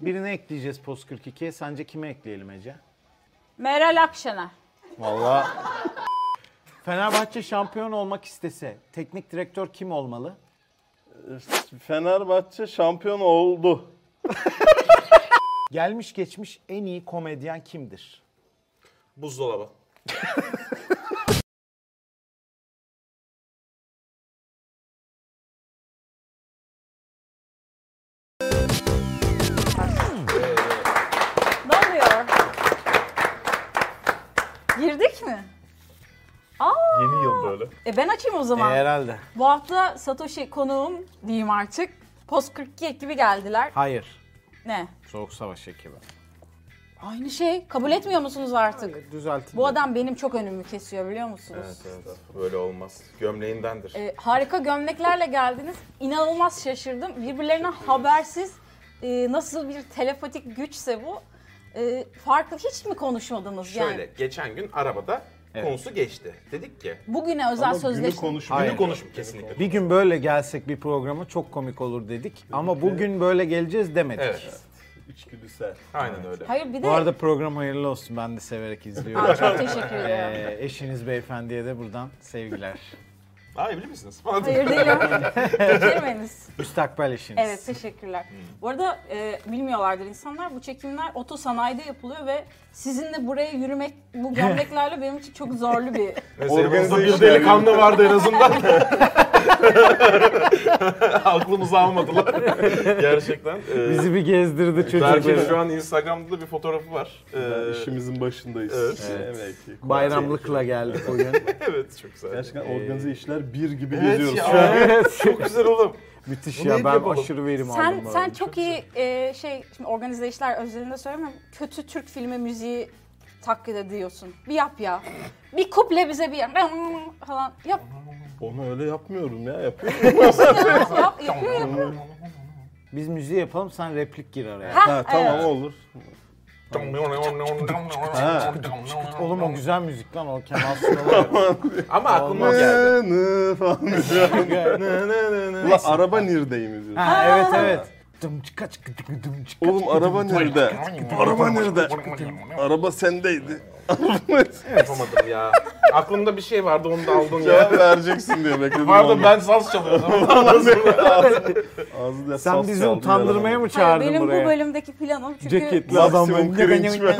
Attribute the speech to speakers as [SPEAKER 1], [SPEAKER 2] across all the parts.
[SPEAKER 1] Birini ekleyeceğiz Post 42'ye. Sence kime ekleyelim Ece?
[SPEAKER 2] Meral Akşener.
[SPEAKER 1] Vallahi Fenerbahçe şampiyon olmak istese teknik direktör kim olmalı?
[SPEAKER 3] Fenerbahçe şampiyon oldu.
[SPEAKER 1] Gelmiş geçmiş en iyi komedyen kimdir?
[SPEAKER 4] Buzdolabı.
[SPEAKER 2] Ne oluyor? Girdik mi? Aa,
[SPEAKER 3] Yeni yıl böyle.
[SPEAKER 2] e ben açayım o zaman.
[SPEAKER 1] herhalde.
[SPEAKER 2] Bu hafta Satoshi konuğum diyeyim artık. Post 42 ekibi geldiler.
[SPEAKER 1] Hayır.
[SPEAKER 2] Ne?
[SPEAKER 1] Soğuk savaş ekibi.
[SPEAKER 2] Aynı şey. Kabul etmiyor musunuz artık?
[SPEAKER 1] E, Düzeltin.
[SPEAKER 2] Bu adam benim çok önümü kesiyor biliyor musunuz?
[SPEAKER 4] Böyle olmaz. Gömleğindendir.
[SPEAKER 2] E, harika gömleklerle geldiniz. İnanılmaz şaşırdım. Birbirlerine habersiz e, nasıl bir telepatik güçse bu. E, farklı hiç mi konuşmadınız
[SPEAKER 4] Şöyle
[SPEAKER 2] yani?
[SPEAKER 4] geçen gün arabada konusu geçti. Dedik ki
[SPEAKER 2] Bugüne özel
[SPEAKER 3] Günü
[SPEAKER 2] sözleşme.
[SPEAKER 3] konuşmuyor.
[SPEAKER 1] Hayır.
[SPEAKER 4] günü konuşma kesinlikle.
[SPEAKER 1] Bir gün böyle gelsek bir programa çok komik olur dedik ama bugün böyle geleceğiz demedik.
[SPEAKER 4] Evet.
[SPEAKER 3] İçgüdüsel.
[SPEAKER 4] Aynen öyle.
[SPEAKER 2] Hayır bir de
[SPEAKER 1] Bu arada program hayırlı olsun. Ben de severek
[SPEAKER 2] Aa,
[SPEAKER 1] izliyorum.
[SPEAKER 2] çok teşekkür ederim.
[SPEAKER 1] Ee, eşiniz beyefendiye de buradan sevgiler.
[SPEAKER 4] Aa evli misiniz? Falan diyor.
[SPEAKER 2] Hayır değilim. Geçirmeniz.
[SPEAKER 1] Müstakbel eşiniz.
[SPEAKER 2] Evet teşekkürler.
[SPEAKER 4] Hmm.
[SPEAKER 2] Bu arada e, bilmiyorlardır insanlar bu çekimler oto sanayide yapılıyor ve sizinle buraya yürümek bu gömleklerle benim için çok zorlu bir
[SPEAKER 4] Neyse, yanımızda bir
[SPEAKER 3] işlerle.
[SPEAKER 4] delikanlı vardı en azından. Aklımızı almadılar. Gerçekten. Ee,
[SPEAKER 1] Bizi bir gezdirdi
[SPEAKER 4] Berk'in şu
[SPEAKER 1] çocukları.
[SPEAKER 4] an Instagram'da bir fotoğrafı var. Ee,
[SPEAKER 3] İşimizin başındayız.
[SPEAKER 4] Evet.
[SPEAKER 3] Evet.
[SPEAKER 1] Bayramlıkla geldik bugün.
[SPEAKER 4] evet çok güzel.
[SPEAKER 3] Gerçekten organize işler bir gibi
[SPEAKER 4] Ee, Evet
[SPEAKER 3] geziyoruz
[SPEAKER 4] ya,
[SPEAKER 3] şu an.
[SPEAKER 4] evet, çok güzel oğlum.
[SPEAKER 1] Müthiş
[SPEAKER 4] Bunu
[SPEAKER 1] ya
[SPEAKER 4] hep
[SPEAKER 1] ben
[SPEAKER 4] yapalım.
[SPEAKER 1] aşırı verim
[SPEAKER 2] Sen
[SPEAKER 1] aldım. bu
[SPEAKER 2] sen
[SPEAKER 1] arada.
[SPEAKER 2] çok iyi e, şey şimdi organize işler özelinde söylemiyorum. Kötü Türk filmi müziği taklit ediyorsun. Bir yap ya. Bir kuple bize bir yap. falan yap.
[SPEAKER 3] Onu öyle yapmıyorum ya. Yapıyorum.
[SPEAKER 2] yap, yap yapıyor ya.
[SPEAKER 1] Biz müziği yapalım sen replik gir araya.
[SPEAKER 2] Ha,
[SPEAKER 3] ha, tamam
[SPEAKER 2] evet.
[SPEAKER 3] olur.
[SPEAKER 1] Oğlum o güzel müzik lan o Kemal Sunal.
[SPEAKER 4] Ama aklıma
[SPEAKER 1] Olmaz.
[SPEAKER 4] geldi.
[SPEAKER 3] Nı nı falan. Ulan araba nirdeyim izliyorsun.
[SPEAKER 1] ha, evet evet. Dım çıka çıkı dıkı dım çıka.
[SPEAKER 3] Oğlum araba nerede? Araba nerede? Araba sendeydi.
[SPEAKER 4] Yapamadım ya. Aklımda bir şey vardı onu da aldın ya.
[SPEAKER 3] Cevap vereceksin diye bekledim.
[SPEAKER 4] Pardon
[SPEAKER 3] onu.
[SPEAKER 4] ben saz çalıyordum.
[SPEAKER 3] Ağzı da
[SPEAKER 1] Sen
[SPEAKER 3] sas
[SPEAKER 1] bizi
[SPEAKER 3] çaldı,
[SPEAKER 1] utandırmaya
[SPEAKER 3] yalan.
[SPEAKER 1] mı
[SPEAKER 2] Hayır,
[SPEAKER 1] çağırdın
[SPEAKER 2] benim bu
[SPEAKER 1] buraya?
[SPEAKER 2] bölümdeki planım çünkü
[SPEAKER 1] Ceketli
[SPEAKER 3] Maksimum
[SPEAKER 1] adamın.
[SPEAKER 3] cringe.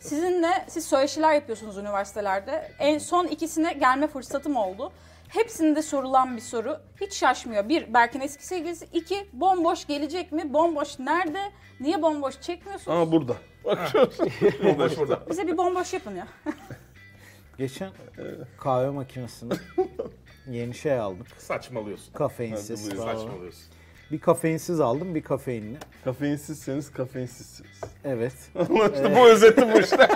[SPEAKER 2] sizinle siz söyleşiler yapıyorsunuz üniversitelerde. En son ikisine gelme fırsatım oldu. Hepsinde sorulan bir soru. Hiç şaşmıyor. Bir, Berk'in eski sevgilisi. İki, bomboş gelecek mi? Bomboş nerede? Niye bomboş çekmiyorsunuz?
[SPEAKER 3] Ama burada.
[SPEAKER 4] Bomboş burada.
[SPEAKER 2] Bize bir bomboş yapın ya.
[SPEAKER 1] Geçen kahve makinesini yeni şey aldık.
[SPEAKER 4] Saçmalıyorsun.
[SPEAKER 1] Kafeinsiz.
[SPEAKER 3] Hadi buyur.
[SPEAKER 1] falan.
[SPEAKER 4] Saçmalıyorsun.
[SPEAKER 1] Bir kafeinsiz aldım, bir kafeinli.
[SPEAKER 3] Kafeinsizseniz kafeinsizsiniz.
[SPEAKER 1] Evet. Ee,
[SPEAKER 3] işte bu özeti bu işte.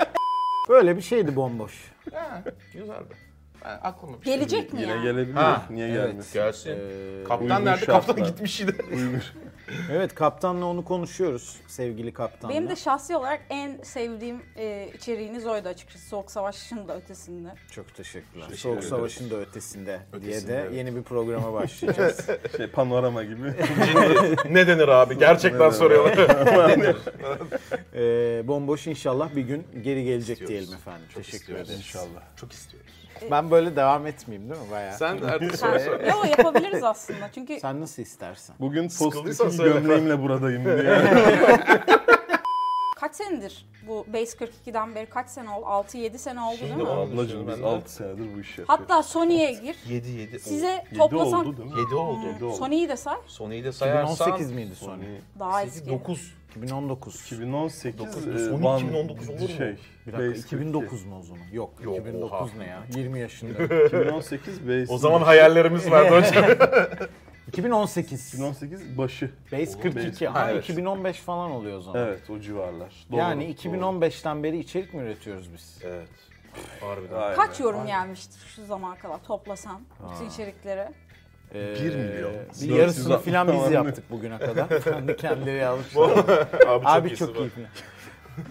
[SPEAKER 1] Böyle bir şeydi bomboş.
[SPEAKER 4] Ha, güzeldi. Ben aklıma bir şey
[SPEAKER 2] Gelecek mi
[SPEAKER 3] Yine
[SPEAKER 2] ya?
[SPEAKER 3] gelebilir.
[SPEAKER 4] Ha,
[SPEAKER 3] Niye
[SPEAKER 1] evet.
[SPEAKER 3] gelmesin?
[SPEAKER 4] Gelsin.
[SPEAKER 1] e, Ee,
[SPEAKER 4] kaptan
[SPEAKER 3] uygun
[SPEAKER 4] nerede? Kaptan
[SPEAKER 3] şartlar.
[SPEAKER 4] gitmiş yine.
[SPEAKER 3] Uygun.
[SPEAKER 1] Evet, kaptanla onu konuşuyoruz sevgili kaptanla.
[SPEAKER 2] Benim de şahsi olarak en sevdiğim e, içeriğiniz oydu açıkçası. Soğuk Savaş'ın da ötesinde.
[SPEAKER 1] çok teşekkürler. Soğuk Savaş'ın da ötesinde, diye
[SPEAKER 4] Ötesinde,
[SPEAKER 1] de
[SPEAKER 4] evet.
[SPEAKER 1] yeni bir programa başlayacağız.
[SPEAKER 3] Şey panorama gibi.
[SPEAKER 4] ne denir abi? Gerçekten soruyorlar.
[SPEAKER 1] Ee, bomboş inşallah bir gün geri gelecek
[SPEAKER 4] İstiyoruz.
[SPEAKER 1] diyelim efendim.
[SPEAKER 4] Çok
[SPEAKER 1] Teşekkür
[SPEAKER 4] istiyoruz.
[SPEAKER 1] ederiz.
[SPEAKER 3] İnşallah.
[SPEAKER 4] Çok istiyoruz.
[SPEAKER 1] Ben böyle devam etmeyeyim değil mi bayağı? Sen,
[SPEAKER 4] Sen artık
[SPEAKER 2] Ha,
[SPEAKER 4] soru sor.
[SPEAKER 2] Yo yapabiliriz aslında çünkü
[SPEAKER 1] nasıl istersen.
[SPEAKER 3] Bugün
[SPEAKER 4] Sıkıldıysan
[SPEAKER 3] postiki
[SPEAKER 4] söyle.
[SPEAKER 3] gömleğimle buradayım diye.
[SPEAKER 2] kaç senedir bu Base 42'den beri kaç sene oldu? 6-7 sene oldu değil
[SPEAKER 4] Şimdi
[SPEAKER 2] mi?
[SPEAKER 4] o-
[SPEAKER 3] Ablacığım biz
[SPEAKER 4] Ben de.
[SPEAKER 3] 6 senedir bu işi yapıyoruz.
[SPEAKER 2] Hatta Sony'ye gir.
[SPEAKER 4] 7 7
[SPEAKER 2] Size
[SPEAKER 3] Yedi
[SPEAKER 2] toplasan
[SPEAKER 3] oldu değil mi?
[SPEAKER 4] 7 oldu. 7 oldu.
[SPEAKER 2] Sony'yi de say.
[SPEAKER 4] Sony'yi de sayarsan
[SPEAKER 1] 2018 miydi sonra?
[SPEAKER 2] Daha eski.
[SPEAKER 4] 9.
[SPEAKER 1] 2019.
[SPEAKER 3] 2018
[SPEAKER 4] Dokuz,
[SPEAKER 3] e,
[SPEAKER 4] dokuz, on iki,
[SPEAKER 3] Van
[SPEAKER 4] bin on dokuz olur mu?
[SPEAKER 3] Şey,
[SPEAKER 1] Bir dakika
[SPEAKER 3] Base
[SPEAKER 1] 2009 mu o zaman? Yok,
[SPEAKER 4] Yok,
[SPEAKER 1] 2009
[SPEAKER 4] oha.
[SPEAKER 1] ne ya? 20 yaşında.
[SPEAKER 3] 2018 Base.
[SPEAKER 4] O zaman hayallerimiz vardı hocam.
[SPEAKER 1] 2018.
[SPEAKER 3] 2018 başı.
[SPEAKER 1] Base
[SPEAKER 3] Base
[SPEAKER 1] 42
[SPEAKER 3] kırk-
[SPEAKER 1] ama
[SPEAKER 4] evet.
[SPEAKER 1] 2015 falan oluyor o zaman.
[SPEAKER 3] Evet o civarlar. Doğru,
[SPEAKER 1] yani
[SPEAKER 3] doğru.
[SPEAKER 1] 2015'ten beri içerik mi üretiyoruz biz?
[SPEAKER 4] evet. Harbiden.
[SPEAKER 3] Aynen.
[SPEAKER 2] Kaç yorum gelmişti şu zamana kadar toplasan bütün içeriklere?
[SPEAKER 1] Bir
[SPEAKER 3] milyon.
[SPEAKER 1] Ee, Bir yarısını
[SPEAKER 3] 460
[SPEAKER 1] filan biz
[SPEAKER 3] falan.
[SPEAKER 1] yaptık bugüne kadar. Kendi kendileri yazmışlar. Abi
[SPEAKER 4] iyisi
[SPEAKER 1] çok
[SPEAKER 4] var.
[SPEAKER 1] iyi. filan.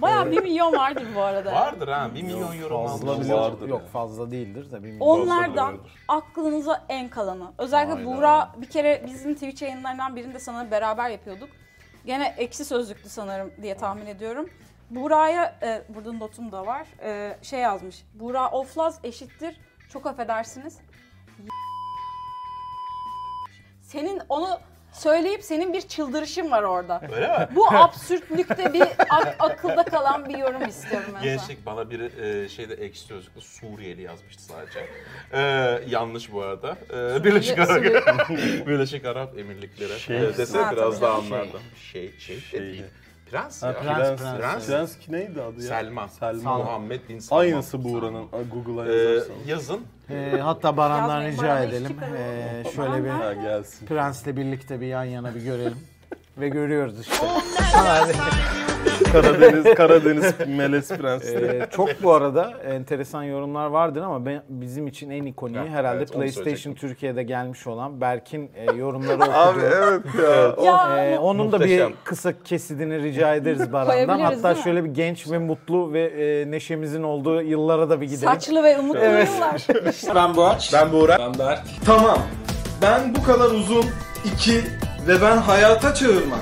[SPEAKER 2] Bayağı 1 milyon vardır bu arada.
[SPEAKER 4] Vardır ha. 1 milyon euro
[SPEAKER 1] Fazla
[SPEAKER 3] Fazla
[SPEAKER 1] bile-
[SPEAKER 3] vardır
[SPEAKER 1] Yok
[SPEAKER 3] yani.
[SPEAKER 1] fazla değildir de bilmiyorum.
[SPEAKER 2] Onlardan
[SPEAKER 3] Fazladır.
[SPEAKER 2] aklınıza en kalanı. Özellikle
[SPEAKER 1] Aynen.
[SPEAKER 2] Buğra bir kere bizim Twitch yayınlarından birinde sana beraber yapıyorduk. Gene eksi sözlüktü sanırım diye tahmin ediyorum. Buraya e, burada notum da var. E, şey yazmış. Bura oflaz eşittir. Çok affedersiniz. Senin onu söyleyip senin bir çıldırışın var orada.
[SPEAKER 5] Öyle mi?
[SPEAKER 2] Bu absürtlükte bir ak- akılda kalan bir yorum istiyorum ben. sana.
[SPEAKER 5] Gençlik bana bir e, şeyde ekşi sözlükte Suriyeli yazmıştı sadece. E, yanlış bu arada. E, Birleşik Arap
[SPEAKER 2] Sürü-
[SPEAKER 5] Birleşik Arap Emirlikleri.
[SPEAKER 3] Şey-
[SPEAKER 5] e, dese
[SPEAKER 2] Ha,
[SPEAKER 5] biraz
[SPEAKER 2] tabii.
[SPEAKER 5] daha anlardım. Şey, şey, de değil. Prens ya.
[SPEAKER 1] prens,
[SPEAKER 3] Prens,
[SPEAKER 1] prens.
[SPEAKER 3] prens. Prens ki neydi adı ya?
[SPEAKER 5] Selman.
[SPEAKER 3] Selman.
[SPEAKER 5] Muhammed bin Selman.
[SPEAKER 3] Aynısı Buğra'nın. Ay, Google'a
[SPEAKER 4] Ee,
[SPEAKER 5] E,
[SPEAKER 3] yazarsan.
[SPEAKER 5] yazın.
[SPEAKER 1] Ee, hatta Baran'dan
[SPEAKER 2] Yazmayın,
[SPEAKER 1] rica
[SPEAKER 2] Baran'a hiç
[SPEAKER 1] edelim.
[SPEAKER 2] çıkaralım.
[SPEAKER 1] Ee, şöyle bir
[SPEAKER 3] Ha gelsin.
[SPEAKER 1] prensle birlikte bir yan yana bir görelim. Ve görüyoruz işte. hani,
[SPEAKER 3] Karadeniz, Karadeniz Melez Prensleri.
[SPEAKER 1] Ee, çok bu arada enteresan yorumlar vardır ama ben, bizim için en ikoniği
[SPEAKER 5] Evet,
[SPEAKER 1] herhalde
[SPEAKER 5] evet, onu
[SPEAKER 1] PlayStation
[SPEAKER 5] söyleyecektim.
[SPEAKER 1] Türkiye'de gelmiş olan Berk'in e, yorumları okuduğu.
[SPEAKER 3] Abi evet ya.
[SPEAKER 2] Ya
[SPEAKER 1] Ee, onun da bir
[SPEAKER 5] Muhteşem.
[SPEAKER 1] kısa kesidini rica ederiz Baran'dan.
[SPEAKER 2] Koyabiliriz,
[SPEAKER 1] Hatta
[SPEAKER 2] değil mi?
[SPEAKER 1] şöyle bir genç ve mutlu ve e, neşemizin olduğu yıllara da bir gidelim.
[SPEAKER 2] saçlı ve umutlu yıllar.
[SPEAKER 6] Ben Boğaç.
[SPEAKER 3] Ben Buğra.
[SPEAKER 6] Ben Berk.
[SPEAKER 7] Tamam. Ben bu kadar uzun, iki ve ben hayata çağırmak.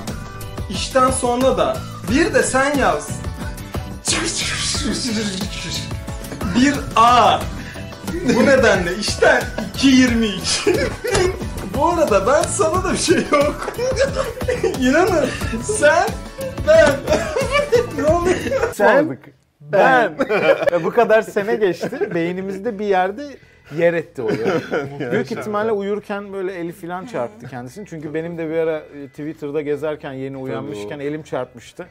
[SPEAKER 7] İşten sonra da bir de sen yaz. Bir A. Bu nedenle işten 2.22. bu arada ben sana da bir şey yok. İnanın sen ben. ne oluyor?
[SPEAKER 1] Sen, ben. Ve bu kadar sene geçti. Beynimizde bir yerde yer etti o ya. Büyük ihtimalle uyurken böyle eli filan çarptı kendisini. Çünkü benim de bir ara e, Twitter'da gezerken yeni uyanmışken elim çarpmıştı.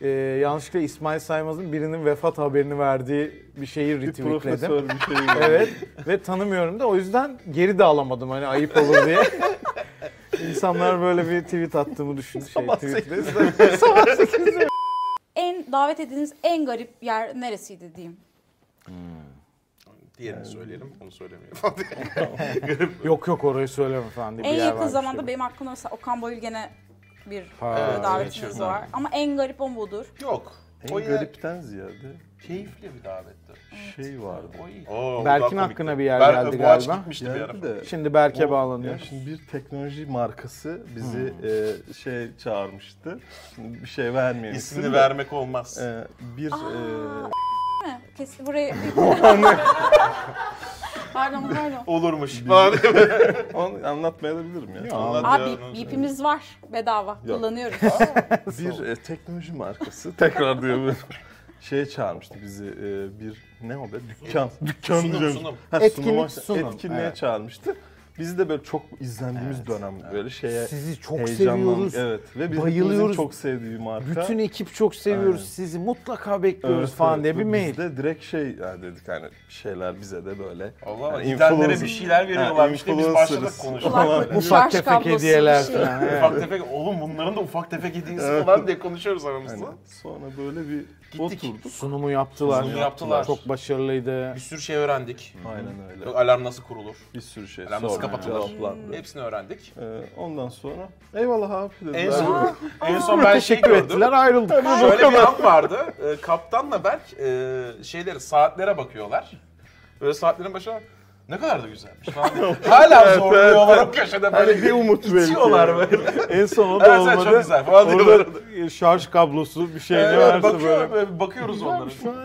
[SPEAKER 1] Ee, yanlışlıkla İsmail Saymaz'ın birinin vefat haberini verdiği bir şeyi
[SPEAKER 3] Bir
[SPEAKER 1] retweetledim.
[SPEAKER 3] profesör bir şey. var.
[SPEAKER 1] Evet ve tanımıyorum da o yüzden geri de alamadım hani ayıp olur diye. İnsanlar böyle bir tweet attığımı düşündü. Şey,
[SPEAKER 3] Sabah
[SPEAKER 1] tweetle.
[SPEAKER 2] En davet edildiğiniz en garip yer neresiydi diyeyim.
[SPEAKER 5] Diğerini söyleyelim, onu söylemeyelim.
[SPEAKER 1] Yok yok orayı söyleme falan diye bir
[SPEAKER 2] En
[SPEAKER 1] yer
[SPEAKER 2] yakın
[SPEAKER 1] varmış
[SPEAKER 2] zamanda
[SPEAKER 1] gibi.
[SPEAKER 2] benim aklımda mesela Okan Bayülgen'e bir
[SPEAKER 1] Ha,
[SPEAKER 2] e, davetiniz
[SPEAKER 5] evet.
[SPEAKER 2] var. Ama en garip o budur.
[SPEAKER 5] Yok.
[SPEAKER 3] En
[SPEAKER 5] O yine
[SPEAKER 3] garipten ziyade
[SPEAKER 5] keyifli bir davetti.
[SPEAKER 3] şey vardı.
[SPEAKER 5] O iyi.
[SPEAKER 1] Berk'in
[SPEAKER 5] Oo, bu da komikti.
[SPEAKER 1] hakkına bir yer
[SPEAKER 5] Berk-
[SPEAKER 1] geldi
[SPEAKER 5] Boğaç
[SPEAKER 1] galiba.
[SPEAKER 5] gitmişti bir ara.
[SPEAKER 3] Geldi de.
[SPEAKER 1] Şimdi Berk'e
[SPEAKER 3] O-
[SPEAKER 1] bağlanıyor.
[SPEAKER 3] Ya şimdi bir teknoloji markası bizi e, şey çağırmıştı. Şimdi bir şey vermeyelim.
[SPEAKER 5] İsmini vermek olmaz.
[SPEAKER 3] E, bir e,
[SPEAKER 2] Değil mi? Kesin burayı... pardon pardon.
[SPEAKER 5] Olurmuş. Falan diye böyle
[SPEAKER 3] onu anlatmaya da bilirim ya.
[SPEAKER 5] anlat ya.
[SPEAKER 2] Abi bipimiz var bedava.
[SPEAKER 3] Yok.
[SPEAKER 2] Kullanıyoruz.
[SPEAKER 3] Bir e, teknoloji markası tekrar diyor böyle. şeye çağırmıştı bizi e, bir ne o be dükkan dükkan
[SPEAKER 5] Sunum,
[SPEAKER 3] diyeceğim.
[SPEAKER 5] sunum.
[SPEAKER 3] Ha,
[SPEAKER 1] Etkinlik,
[SPEAKER 3] sunuma-
[SPEAKER 1] sunum.
[SPEAKER 3] etkinliğe
[SPEAKER 1] Evet.
[SPEAKER 3] çağırmıştı. Bizi de böyle çok izlendiğimiz dönem böyle şeye
[SPEAKER 1] Sizi çok
[SPEAKER 3] heyecanlan-
[SPEAKER 1] seviyoruz.
[SPEAKER 3] Evet ve bizim
[SPEAKER 1] bayılıyoruz.
[SPEAKER 3] bayılıyoruz. çok sevdiği marka.
[SPEAKER 1] Bütün ekip çok seviyoruz
[SPEAKER 3] Aynen.
[SPEAKER 1] sizi. Mutlaka bekliyoruz falan diye bir mail.
[SPEAKER 3] Biz de direkt şey yani dedik hani bir şeyler bize de böyle.
[SPEAKER 5] Allah Allah.
[SPEAKER 3] Yani
[SPEAKER 5] gidenlere
[SPEAKER 3] influencer-
[SPEAKER 5] bir şeyler veriyorlarmış diye biz başladık
[SPEAKER 3] influencer'ız. Hani
[SPEAKER 5] konuşmaya.
[SPEAKER 3] Ulan,
[SPEAKER 2] Kulaklık,
[SPEAKER 1] Ufak
[SPEAKER 2] şarj
[SPEAKER 1] tefek
[SPEAKER 2] kablosu, bir
[SPEAKER 1] hediyeler
[SPEAKER 2] şey.
[SPEAKER 1] falan. evet.
[SPEAKER 5] Ufak tefek oğlum bunların da ufak tefek hediyesi
[SPEAKER 3] Evet.
[SPEAKER 5] falan diye konuşuyoruz
[SPEAKER 3] Hani
[SPEAKER 5] aramızda.
[SPEAKER 3] sonra böyle bir oturduk.
[SPEAKER 1] Sunumu yaptılar.
[SPEAKER 5] Sunumu yaptılar.
[SPEAKER 1] Çok başarılıydı.
[SPEAKER 5] Bir sürü şey öğrendik.
[SPEAKER 3] Aynen öyle.
[SPEAKER 5] Alarm nasıl kurulur?
[SPEAKER 3] Bir sürü şey
[SPEAKER 5] Alarm nasıl kapatılır?
[SPEAKER 3] cevaplandı.
[SPEAKER 5] Hepsini öğrendik.
[SPEAKER 3] Ee, ondan sonra eyvallah abi dediler.
[SPEAKER 5] En son, en son ben şey
[SPEAKER 1] Teşekkür
[SPEAKER 5] gördüm.
[SPEAKER 1] ettiler ayrıldık.
[SPEAKER 5] Şöyle bir an vardı. E, kaptanla Berk e, şeyleri saatlere bakıyorlar. Böyle saatlerin başına ne kadar da güzelmiş. falan diye. Hala zorluyorlar o köşede
[SPEAKER 3] Hani bir
[SPEAKER 5] böyle.
[SPEAKER 3] umut belki.
[SPEAKER 5] İtiyorlar böyle.
[SPEAKER 3] En son o
[SPEAKER 5] Evet,
[SPEAKER 3] da
[SPEAKER 5] evet, çok
[SPEAKER 3] olmadı.
[SPEAKER 5] güzel falan diyorlar.
[SPEAKER 3] Orada şarj kablosu bir şey ne
[SPEAKER 5] Evet,
[SPEAKER 3] varsa
[SPEAKER 5] bakıyor,
[SPEAKER 3] böyle.
[SPEAKER 5] böyle bakıyoruz onlara.
[SPEAKER 1] Şu an-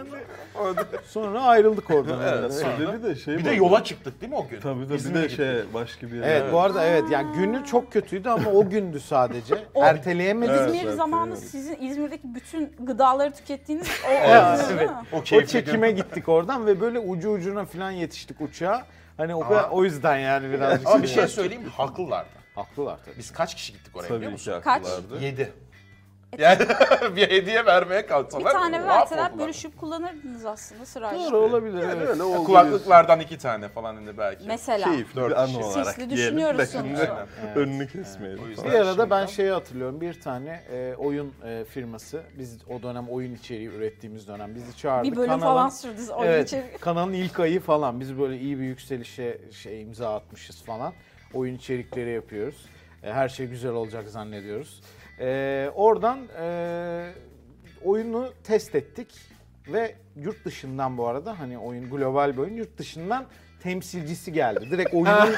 [SPEAKER 1] Sonra ayrıldık oradan.
[SPEAKER 5] Evet, sonra.
[SPEAKER 3] Bir de şey
[SPEAKER 5] Bir de
[SPEAKER 3] vardı.
[SPEAKER 5] yola çıktık değil mi o gün?
[SPEAKER 3] Tabii de bir
[SPEAKER 5] İzmir'e
[SPEAKER 3] de
[SPEAKER 5] gittik.
[SPEAKER 3] şey başka bir yere.
[SPEAKER 1] Evet, bu arada evet yani günü çok kötüydü ama o gündü sadece. Erteleyemedik.
[SPEAKER 3] Evet,
[SPEAKER 2] İzmir
[SPEAKER 3] evet,
[SPEAKER 2] zamanı
[SPEAKER 3] evet.
[SPEAKER 2] sizin İzmir'deki bütün gıdaları tükettiğiniz o oldu değil mi?
[SPEAKER 5] O,
[SPEAKER 1] O
[SPEAKER 5] keyifli
[SPEAKER 1] çekime gittik oradan ve böyle ucu ucuna falan yetiştik uçağa. Hani o, kadar, o yüzden yani birazcık.
[SPEAKER 5] gün. Ama bir şey söyleyeyim mi? Haklılardı.
[SPEAKER 1] Haklılar tabii.
[SPEAKER 5] Biz kaç kişi gittik oraya biliyor
[SPEAKER 3] Tabii
[SPEAKER 5] musun?
[SPEAKER 3] ki
[SPEAKER 2] Kaç?
[SPEAKER 3] haklılardı.
[SPEAKER 5] Yedi. Yani bir hediye vermeye
[SPEAKER 2] Bir
[SPEAKER 5] kalksalar.
[SPEAKER 2] tane verseler
[SPEAKER 5] mahvoldular.
[SPEAKER 2] bölüşüp kullanırdınız aslında sırayla.
[SPEAKER 5] şey-
[SPEAKER 1] Doğru olabilir. evet.
[SPEAKER 3] öyle oldu.
[SPEAKER 5] Kulaklıklardan iki tane falan hani belki.
[SPEAKER 2] Mesela.
[SPEAKER 3] Keyifli bir an olarak.
[SPEAKER 2] Sisli
[SPEAKER 3] diyelim.
[SPEAKER 2] düşünüyoruz
[SPEAKER 3] Şimdi
[SPEAKER 2] sonuçta.
[SPEAKER 3] Önünü kesmeyelim.
[SPEAKER 5] O yüzden-
[SPEAKER 1] Bir arada ben şeyi hatırlıyorum. Bir tane e, oyun e, firması, biz o dönem oyun içeriği ürettiğimiz dönem bizi çağırdı.
[SPEAKER 2] Bir bölüm
[SPEAKER 1] Kanalın-
[SPEAKER 2] falan sürdünüz oyun
[SPEAKER 1] evet,
[SPEAKER 2] içeriği.
[SPEAKER 1] Kanalın ilk ayı falan. Biz böyle iyi bir yükselişe şey imza atmışız falan. Oyun içerikleri yapıyoruz. E, her şey güzel olacak zannediyoruz. E, oradan e, oyunu test ettik ve yurt dışından bu arada hani oyun global bir oyun yurt dışından temsilcisi geldi. Direkt oyunun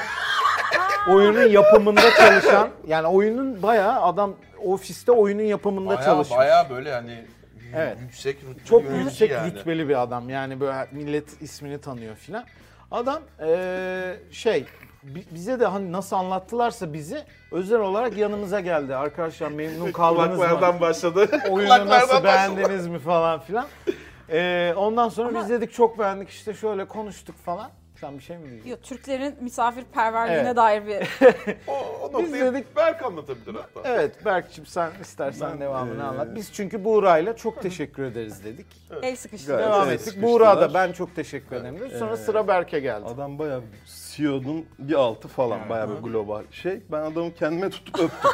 [SPEAKER 1] oyunun yapımında çalışan yani oyunun bayağı adam ofiste oyunun yapımında
[SPEAKER 5] Baya
[SPEAKER 1] çalışmış.
[SPEAKER 5] baya böyle hani yü-
[SPEAKER 1] Evet.
[SPEAKER 5] yüksek rütbeli
[SPEAKER 1] Çok
[SPEAKER 5] yönetici
[SPEAKER 1] yüksek
[SPEAKER 5] yani.
[SPEAKER 1] rütbeli bir adam. Yani böyle millet ismini tanıyor filan. Adam eee, şey bi- bize de hani nasıl anlattılarsa bizi özel olarak yanımıza geldi. Arkadaşlar memnun kaldınız mı?
[SPEAKER 4] Kulaklardan başladı.
[SPEAKER 1] Oyunu
[SPEAKER 5] kulaklardan
[SPEAKER 1] nasıl
[SPEAKER 5] başladı.
[SPEAKER 1] beğendiniz mi falan filan. Eee, ondan sonra biz dedik çok beğendik işte şöyle konuştuk falan. Sen bir şey mi diyeceksin?
[SPEAKER 2] Yok, Türklerin misafirperverliğine
[SPEAKER 1] Evet.
[SPEAKER 2] dair bir
[SPEAKER 4] O, o noktayı
[SPEAKER 1] dedik-
[SPEAKER 4] Berk anlatabilir hatta.
[SPEAKER 1] Evet Berk'cim sen istersen
[SPEAKER 3] Ben,
[SPEAKER 1] devamını
[SPEAKER 3] eee,
[SPEAKER 1] anlat. Biz çünkü Buğra'yla çok teşekkür ederiz dedik.
[SPEAKER 2] el sıkıştı.
[SPEAKER 3] Gayet.
[SPEAKER 1] Devam
[SPEAKER 3] evet,
[SPEAKER 1] ettik.
[SPEAKER 3] sıkıştılar.
[SPEAKER 1] Buğra da ben çok teşekkür ederim dedi. Sonra
[SPEAKER 3] Eee,
[SPEAKER 1] sıra Berk'e geldi.
[SPEAKER 3] Adam bayağı CEO'nun bir altı falan bayağı bir global şey. Ben adamı kendime tutup öptüm.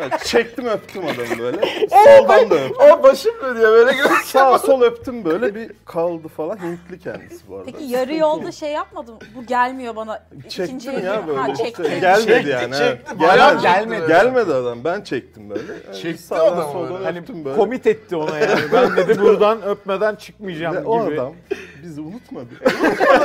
[SPEAKER 3] Ben çektim öptüm adamı böyle. Soldan da öptüm.
[SPEAKER 4] O başım dönüyor böyle.
[SPEAKER 3] Sağ sol öptüm böyle bir kaldı falan. Hintli kendisi bu arada.
[SPEAKER 2] Peki yarı yolda şey yapmadım. Bu gelmiyor bana. İkinciye
[SPEAKER 3] Çektim ya
[SPEAKER 2] girdim.
[SPEAKER 3] böyle.
[SPEAKER 2] Ha,
[SPEAKER 3] işte.
[SPEAKER 2] çektim.
[SPEAKER 3] Gelmedi yani. ha.
[SPEAKER 5] çektim.
[SPEAKER 1] Adam gelmedi.
[SPEAKER 3] Gelmedi. Gelmedi. Gelmedi adam. Ben çektim böyle.
[SPEAKER 5] Çekti
[SPEAKER 3] Sağdan
[SPEAKER 5] adamı
[SPEAKER 3] soldan
[SPEAKER 5] böyle.
[SPEAKER 3] öptüm böyle.
[SPEAKER 1] Hani Komit etti ona yani. Ben dedi buradan öpmeden çıkmayacağım
[SPEAKER 3] Ve
[SPEAKER 1] gibi.
[SPEAKER 3] o adam bizi unutmadı.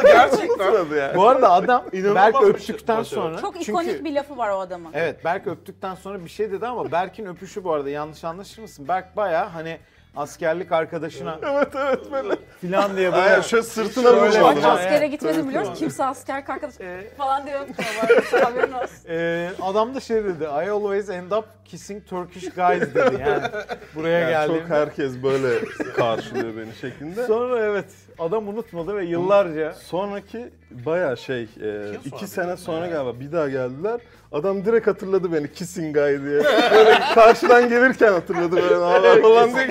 [SPEAKER 4] Gerçekten.
[SPEAKER 3] unutmadı yani.
[SPEAKER 1] Bu arada adam Berk
[SPEAKER 4] bir şey-
[SPEAKER 1] öptükten
[SPEAKER 4] başarı.
[SPEAKER 1] sonra
[SPEAKER 2] Çok
[SPEAKER 1] çünkü-
[SPEAKER 2] ikonik bir lafı var o adamın.
[SPEAKER 1] Evet Berk öptükten sonra bir şey dedi ama Berk'in öpüşü bu arada yanlış anlaşılmasın. Berk baya hani askerlik arkadaşına
[SPEAKER 3] evet evet böyle.
[SPEAKER 1] filan diye
[SPEAKER 3] Aynen
[SPEAKER 1] böyle.
[SPEAKER 3] şöyle sırtına vurmadı.
[SPEAKER 2] Bak
[SPEAKER 1] Şöyle-
[SPEAKER 2] askere gitmedim biliyoruz. Kimse asker arkadaş
[SPEAKER 3] Ee,
[SPEAKER 2] falan diye öpmüyor. bu arada, Haberin olsun.
[SPEAKER 1] Ee, adam da şey dedi I always end up kissing Turkish guys dedi yani. Buraya
[SPEAKER 3] Yani
[SPEAKER 1] geldiğimde.
[SPEAKER 3] çok herkes böyle karşılıyor beni şeklinde.
[SPEAKER 1] Sonra evet adam unutmadı ve yıllarca
[SPEAKER 3] Sonraki baya şey, e, iki
[SPEAKER 5] sonra
[SPEAKER 3] sene sonra galiba bir daha geldiler. Adam direkt hatırladı beni Kissing Guy diye. Böyle karşıdan gelirken hatırladı böyle "Ne haber?" falan diye.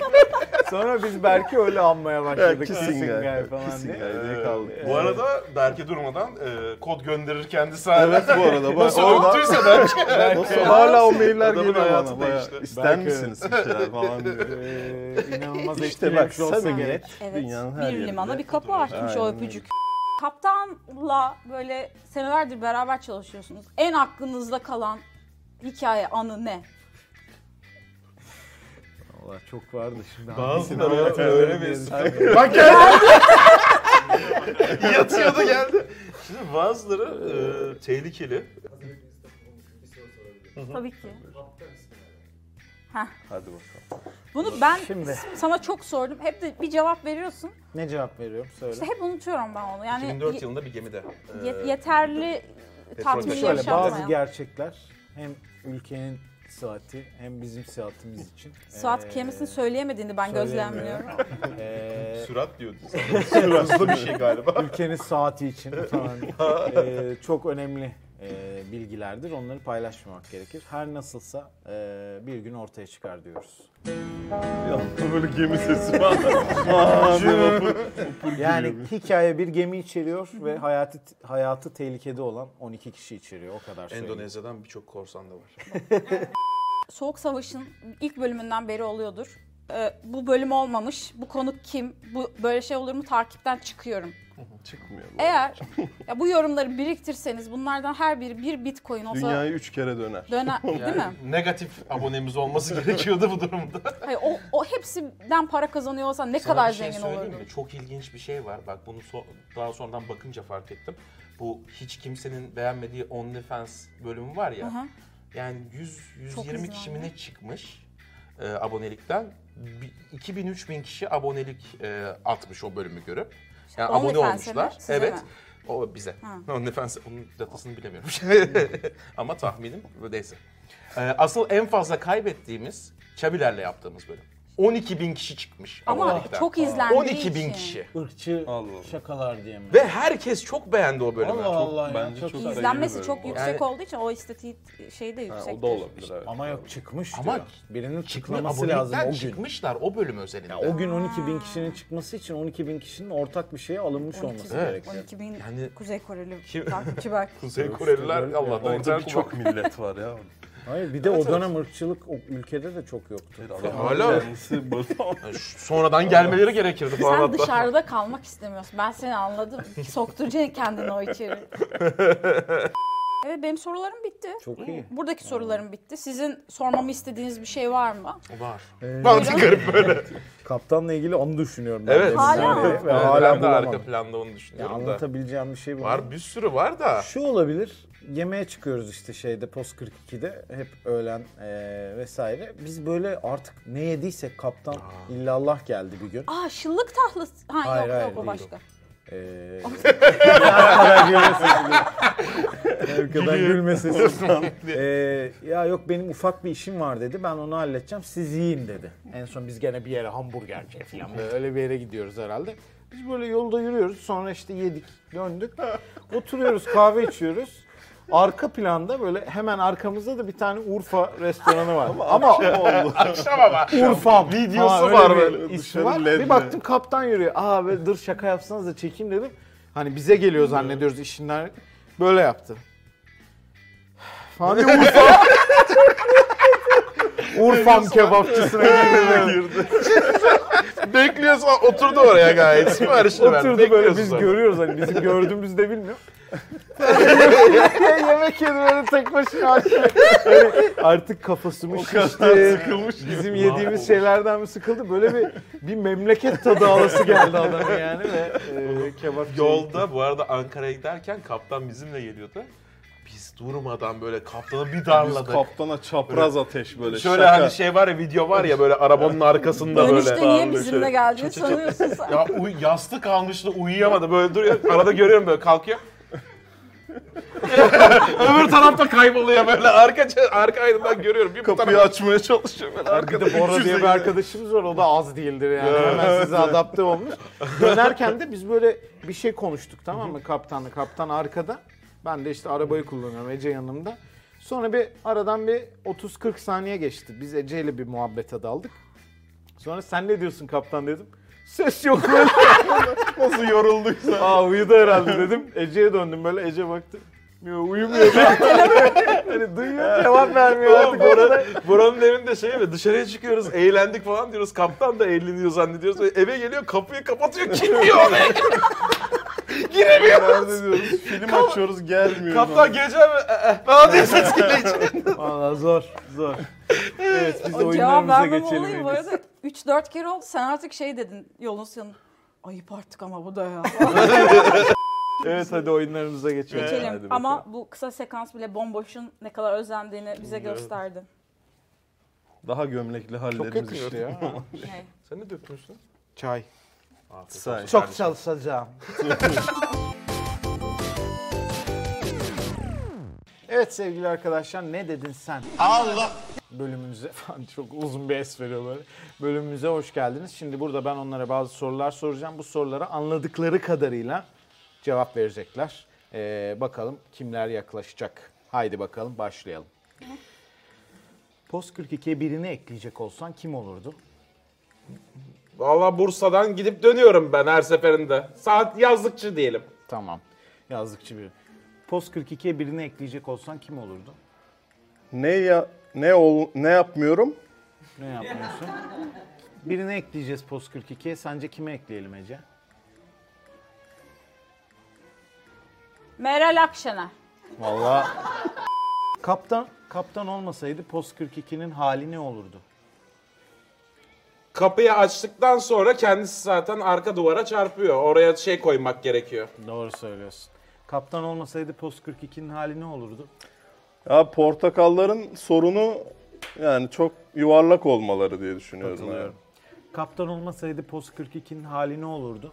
[SPEAKER 1] sonra biz Berk'i öyle anmaya
[SPEAKER 3] Ya,
[SPEAKER 1] başladık.
[SPEAKER 3] kissing Guy
[SPEAKER 1] falan
[SPEAKER 3] Kissing
[SPEAKER 1] diye.
[SPEAKER 3] Guy diye kaldı.
[SPEAKER 5] Ee, Bu arada belki durmadan e, kod gönderir kendisi.
[SPEAKER 3] Evet bu arada. Baya,
[SPEAKER 5] Nasıl
[SPEAKER 3] orada,
[SPEAKER 5] unuttuysa belki.
[SPEAKER 3] nasıl, hala o mailler
[SPEAKER 5] Adamın
[SPEAKER 3] geliyor bana.
[SPEAKER 5] hayatı
[SPEAKER 3] Baya,
[SPEAKER 5] değişti.
[SPEAKER 3] ister
[SPEAKER 1] Belki-
[SPEAKER 3] misiniz bir şeyler falan diye.
[SPEAKER 1] Ee, inanılmaz
[SPEAKER 3] İşte bak
[SPEAKER 1] etkilemiş olsa
[SPEAKER 3] samimiyet
[SPEAKER 1] gerek.
[SPEAKER 2] Evet.
[SPEAKER 3] dünyanın her
[SPEAKER 2] Bir
[SPEAKER 3] yerinde.
[SPEAKER 2] limana bir kapı açmış o
[SPEAKER 3] Aynen
[SPEAKER 2] öpücük. Kaptanla böyle senelerdir beraber çalışıyorsunuz. En aklınızda kalan hikaye, anı ne?
[SPEAKER 1] Allah çok vardı şimdi.
[SPEAKER 3] Bazıları hayatında öyle bir şey.
[SPEAKER 5] Bak geldi. Yatıyordu geldi. Şimdi bazıları e, tehlikeli.
[SPEAKER 2] Tabii ki.
[SPEAKER 3] Hadi bakalım.
[SPEAKER 2] Bunu ben
[SPEAKER 1] Şimdi.
[SPEAKER 2] sana çok sordum. Hep de bir cevap veriyorsun.
[SPEAKER 1] Ne cevap veriyorum söyle.
[SPEAKER 2] İşte hep unutuyorum ben onu. Yani
[SPEAKER 5] 2004
[SPEAKER 2] ye-
[SPEAKER 5] yılında bir gemide. e,
[SPEAKER 2] ye- yeterli tatmini
[SPEAKER 5] taşıyor.
[SPEAKER 1] Şöyle
[SPEAKER 2] yaşatmayan.
[SPEAKER 1] bazı gerçekler hem ülkenin saati hem bizim saatimiz için.
[SPEAKER 2] Suat
[SPEAKER 1] Ee,
[SPEAKER 2] kelimesini söyleyemediğini ben
[SPEAKER 1] söyleyemiyorum.
[SPEAKER 2] gözlemliyorum.
[SPEAKER 1] ee,
[SPEAKER 5] Sürat diyordu. Süratlı bir şey galiba.
[SPEAKER 1] ülkenin saati için falan ee, çok önemli ee, bilgilerdir. Onları paylaşmamak gerekir. Her nasılsa ee, bir gün ortaya çıkar diyoruz.
[SPEAKER 3] Ya, böyle gemi sesi falan. Aa, ne bu?
[SPEAKER 1] Yani hikaye bir gemi içeriyor ve hayatı hayatı tehlikede olan 12 kişi içeriyor. O kadar söyleyeyim.
[SPEAKER 5] Endonezya'dan birçok korsan da var.
[SPEAKER 2] Soğuk Savaş'ın ilk bölümünden beri oluyordur. Ee, bu bölüm olmamış. Bu konuk kim? Bu böyle şey olur mu? Takipten çıkıyorum.
[SPEAKER 3] Çıkmıyor. bu.
[SPEAKER 2] Eğer ya bu yorumları biriktirseniz bunlardan her biri bir bitcoin olsa
[SPEAKER 3] Dünyayı üç kere döner.
[SPEAKER 2] döner değil mi?
[SPEAKER 5] Negatif abonemiz olması gerekiyordu bu durumda.
[SPEAKER 2] Hayır, o, o hepsinden para kazanıyor olsa ne
[SPEAKER 5] Sana
[SPEAKER 2] kadar
[SPEAKER 5] bir şey
[SPEAKER 2] zengin
[SPEAKER 5] söyleyeyim
[SPEAKER 2] olurdun?
[SPEAKER 5] mi? Çok ilginç bir şey var. Bak bunu so- daha sonradan bakınca fark ettim. Bu hiç kimsenin beğenmediği OnlyFans bölümü var ya.
[SPEAKER 2] Aha.
[SPEAKER 5] Yani 100
[SPEAKER 2] Çok
[SPEAKER 5] 120 kişi mi
[SPEAKER 2] izlendi.
[SPEAKER 5] ne çıkmış e, abonelikten? 2000-3000 kişi abonelik e, atmış o bölümü görüp. Yani abone
[SPEAKER 2] OnlyFans'e mi?
[SPEAKER 5] olmuşlar.
[SPEAKER 2] Size
[SPEAKER 5] evet.
[SPEAKER 2] mi?
[SPEAKER 5] O bize.
[SPEAKER 2] Ha.
[SPEAKER 5] OnlyFans onun datasını bilemiyorum. Ama tahminim neyse. E, asıl en fazla kaybettiğimiz Çabiler'le yaptığımız bölüm. 12 bin kişi çıkmış
[SPEAKER 2] Ama
[SPEAKER 5] abonelikten.
[SPEAKER 2] çok izlendiği
[SPEAKER 5] 12 bin
[SPEAKER 2] için.
[SPEAKER 5] kişi.
[SPEAKER 1] Irkçı
[SPEAKER 3] Allah.
[SPEAKER 1] şakalar diye mi?
[SPEAKER 5] Ve herkes çok beğendi o bölümü.
[SPEAKER 1] Allah Allah ya,
[SPEAKER 3] bence
[SPEAKER 1] çok
[SPEAKER 3] çok
[SPEAKER 1] iyi.
[SPEAKER 2] İzlenmesi çok yüksek
[SPEAKER 5] Yani-
[SPEAKER 2] olduğu için o istatistik şeyi de
[SPEAKER 3] Ha,
[SPEAKER 2] yüksektir.
[SPEAKER 3] o da olabilir
[SPEAKER 2] şey.
[SPEAKER 3] evet.
[SPEAKER 1] Ama yok çıkmış
[SPEAKER 5] Ama
[SPEAKER 1] diyor. Birinin
[SPEAKER 5] Çıkmış,
[SPEAKER 1] çıkmaması lazım
[SPEAKER 5] abonelikten
[SPEAKER 1] o gün.
[SPEAKER 5] çıkmışlar o bölüm özelinde.
[SPEAKER 1] Ya o gün 12 bin kişinin çıkması için 12 bin kişinin ortak bir şeye alınmış
[SPEAKER 2] 12
[SPEAKER 1] olması
[SPEAKER 2] bin-
[SPEAKER 1] gerekiyor.
[SPEAKER 2] 12 bin
[SPEAKER 5] Yani-
[SPEAKER 2] Kuzey Koreli takipçi belki.
[SPEAKER 5] Kuzey Koreliler
[SPEAKER 1] Evet,
[SPEAKER 5] Allah'tan
[SPEAKER 3] Orada
[SPEAKER 5] internet
[SPEAKER 3] birçok millet var ya.
[SPEAKER 1] Hayır bir de o dönem ırkçılık o ülkede de çok yoktu.
[SPEAKER 5] Hala.
[SPEAKER 3] Kendisi burada.
[SPEAKER 5] kullan- Sonradan gelmeleri gerekirdi falan
[SPEAKER 2] Sen
[SPEAKER 5] hatta.
[SPEAKER 2] dışarıda kalmak istemiyorsun. Ben seni anladım. Sokturacaksın kendini o içeri. Evet benim sorularım bitti.
[SPEAKER 1] Çok iyi.
[SPEAKER 2] Buradaki sorularım bitti. Sizin sormamı istediğiniz bir şey var mı?
[SPEAKER 4] Var.
[SPEAKER 1] Ee,
[SPEAKER 5] Mantık garip böyle.
[SPEAKER 1] Kaptanla ilgili onu düşünüyorum. ben
[SPEAKER 5] Evet.
[SPEAKER 1] de.
[SPEAKER 2] Hala mı?
[SPEAKER 1] Ve hala
[SPEAKER 5] ben de arka
[SPEAKER 1] bulamadım.
[SPEAKER 5] planda onu
[SPEAKER 1] Ya
[SPEAKER 5] düşünüyorum da.
[SPEAKER 1] anlatabileceğim bir şey
[SPEAKER 5] Var bir sürü var da.
[SPEAKER 1] Şu olabilir. Yemeğe çıkıyoruz işte şeyde Post 42'de hep öğlen eee, vesaire. Biz böyle artık ne yediysek kaptan illallah geldi bir gün.
[SPEAKER 2] Aa şıllık tahlası. Ha
[SPEAKER 1] Hayır,
[SPEAKER 2] yok
[SPEAKER 1] hayır,
[SPEAKER 2] yok
[SPEAKER 1] değil.
[SPEAKER 2] o başka.
[SPEAKER 1] Eee kadar gülme sesi duyuyorum. kadar gülme sesi. Eee, ya yok benim ufak bir işim var dedi. Ben onu halledeceğim. Siz yiyin dedi. En son biz gene bir yere hamburgerciye falan böyle öyle bir yere gidiyoruz herhalde. Biz böyle yolda yürüyoruz. Sonra işte yedik, döndük. Oturuyoruz, kahve içiyoruz. Arka planda böyle hemen arkamızda da bir tane Urfa restoranı var. Ama,
[SPEAKER 5] Akşam ama.
[SPEAKER 1] Urfa'm.
[SPEAKER 3] Videosu
[SPEAKER 1] Ha, öyle
[SPEAKER 3] var
[SPEAKER 1] bir
[SPEAKER 3] böyle
[SPEAKER 1] ismi
[SPEAKER 3] dışarı
[SPEAKER 1] var.
[SPEAKER 3] ledle.
[SPEAKER 1] Bir baktım kaptan yürüyor. Aa böyle dur şaka yapsanız da çekeyim dedim. Hani bize geliyor zannediyoruz işinden. Böyle yaptı. Falan diye Urfa. Urfa'm kebapçısına girdi.
[SPEAKER 5] Bekliyorsun oturdu oraya gayet. Siparişini verdi.
[SPEAKER 1] Oturdu böyle
[SPEAKER 5] Bekliyorsun
[SPEAKER 1] biz
[SPEAKER 5] sonra.
[SPEAKER 1] görüyoruz hani bizim gördüğümüzü de bilmiyor. Yemek yedi böyle tek başına aşağı. Hani artık kafası mı şişti.
[SPEAKER 3] Sıkılmış gibi.
[SPEAKER 1] Bizim yediğimiz şeylerden mi sıkıldı? Böyle bir bir memleket tadı alası geldi adamın yani ve e, kebap
[SPEAKER 5] Yolda bu arada Ankara'ya giderken kaptan bizimle geliyordu. Biz durmadan böyle kaptanı bir darladık.
[SPEAKER 3] Biz kaptana çapraz ateş böyle.
[SPEAKER 5] Şöyle
[SPEAKER 3] şaka.
[SPEAKER 5] hani şey var ya video var ya böyle arabanın arkasında böyle.
[SPEAKER 2] Dönüşte niye
[SPEAKER 3] Tamam,
[SPEAKER 2] bizimle
[SPEAKER 3] şöyle.
[SPEAKER 2] geldiğini sanıyorsun sen?
[SPEAKER 5] Ya uy, yastık almıştı uyuyamadı böyle duruyor. Arada görüyorum böyle kalkıyor. Öbür tarafta kayboluyor böyle arka arka aydınlıktan görüyorum. Bir bu
[SPEAKER 3] Kapıyı
[SPEAKER 5] tarafa-
[SPEAKER 3] açmaya çalışıyor böyle arkada.
[SPEAKER 1] Bir de Bora diye bir
[SPEAKER 3] Yüzüne-
[SPEAKER 1] arkadaşımız var o da az değildir yani hemen size adapte olmuş. Dönerken de biz böyle bir şey konuştuk tamam mı kaptanla kaptan arkada. Ben de işte arabayı kullanıyorum Ece yanımda. Sonra bir aradan bir 30-40 saniye geçti. Biz Ece ile bir muhabbete daldık. Sonra sen ne diyorsun kaptan dedim. Ses yok böyle.
[SPEAKER 3] Nasıl yorulduysa.
[SPEAKER 1] Aa uyudu herhalde dedim. Ece'ye döndüm böyle Ece baktı. Yok uyumuyor. hani duyuyor cevap vermiyor artık orada.
[SPEAKER 5] Buranın evinde şey mi dışarıya çıkıyoruz eğlendik falan diyoruz. Kaptan da eğleniyor zannediyoruz. Böyle eve geliyor kapıyı kapatıyor kilitliyor oraya.
[SPEAKER 3] Nerede diyoruz? Film açıyoruz gelmiyor.
[SPEAKER 5] Kaptan geleceğim mi? "E, e." Falan diye ses geliyor.
[SPEAKER 1] Valla zor zor. Evet biz
[SPEAKER 2] O cevap
[SPEAKER 1] oyunlarımıza
[SPEAKER 2] vermem
[SPEAKER 1] geçelim.
[SPEAKER 2] olayı bu
[SPEAKER 1] Enis.
[SPEAKER 2] arada 3-4 kere oldu. Sen artık şey dedin yolun sonu. Ayıp artık ama bu da ya.
[SPEAKER 1] Evet hadi oyunlarımıza geçelim.
[SPEAKER 2] Geçelim. Ama bu kısa sekans bile bomboşun ne kadar özendiğini bize gösterdi.
[SPEAKER 3] Daha gömlekli hallerimiz
[SPEAKER 1] yakıştı
[SPEAKER 3] işte.
[SPEAKER 1] ya.
[SPEAKER 2] Ne?
[SPEAKER 5] Sen ne dökmüşsün?
[SPEAKER 1] Çay.
[SPEAKER 3] Say.
[SPEAKER 1] Çok çalışacağım. evet sevgili arkadaşlar ne dedin sen? Allah! Bölümümüze falan çok uzun bir es veriyor böyle. Bölümümüze hoş geldiniz. Şimdi burada ben onlara bazı sorular soracağım. Bu sorulara anladıkları kadarıyla cevap verecekler. Ee, bakalım kimler yaklaşacak. Haydi bakalım başlayalım. Post 42'ye birini ekleyecek olsan kim olurdu?
[SPEAKER 4] Valla Bursa'dan gidip dönüyorum ben her seferinde. Saat yazlıkçı diyelim.
[SPEAKER 1] Tamam. Yazlıkçı biri. Post 42'ye birini ekleyecek olsan kim olurdu?
[SPEAKER 3] Ne ya ne ol ne yapmıyorum?
[SPEAKER 1] Ne yapmıyorsun? birini ekleyeceğiz Post 42'ye. Sence kime ekleyelim Ece?
[SPEAKER 2] Meral Akşener.
[SPEAKER 1] Vallahi kaptan kaptan olmasaydı Post 42'nin hali ne olurdu?
[SPEAKER 4] Kapıyı açtıktan sonra kendisi zaten arka duvara çarpıyor. Oraya şey koymak gerekiyor.
[SPEAKER 1] Doğru söylüyorsun. Kaptan olmasaydı Post 42'nin hali ne olurdu?
[SPEAKER 3] Ya portakalların sorunu yani çok yuvarlak olmaları diye düşünüyorum.
[SPEAKER 1] Katılıyorum. Kaptan olmasaydı Post 42'nin hali ne olurdu?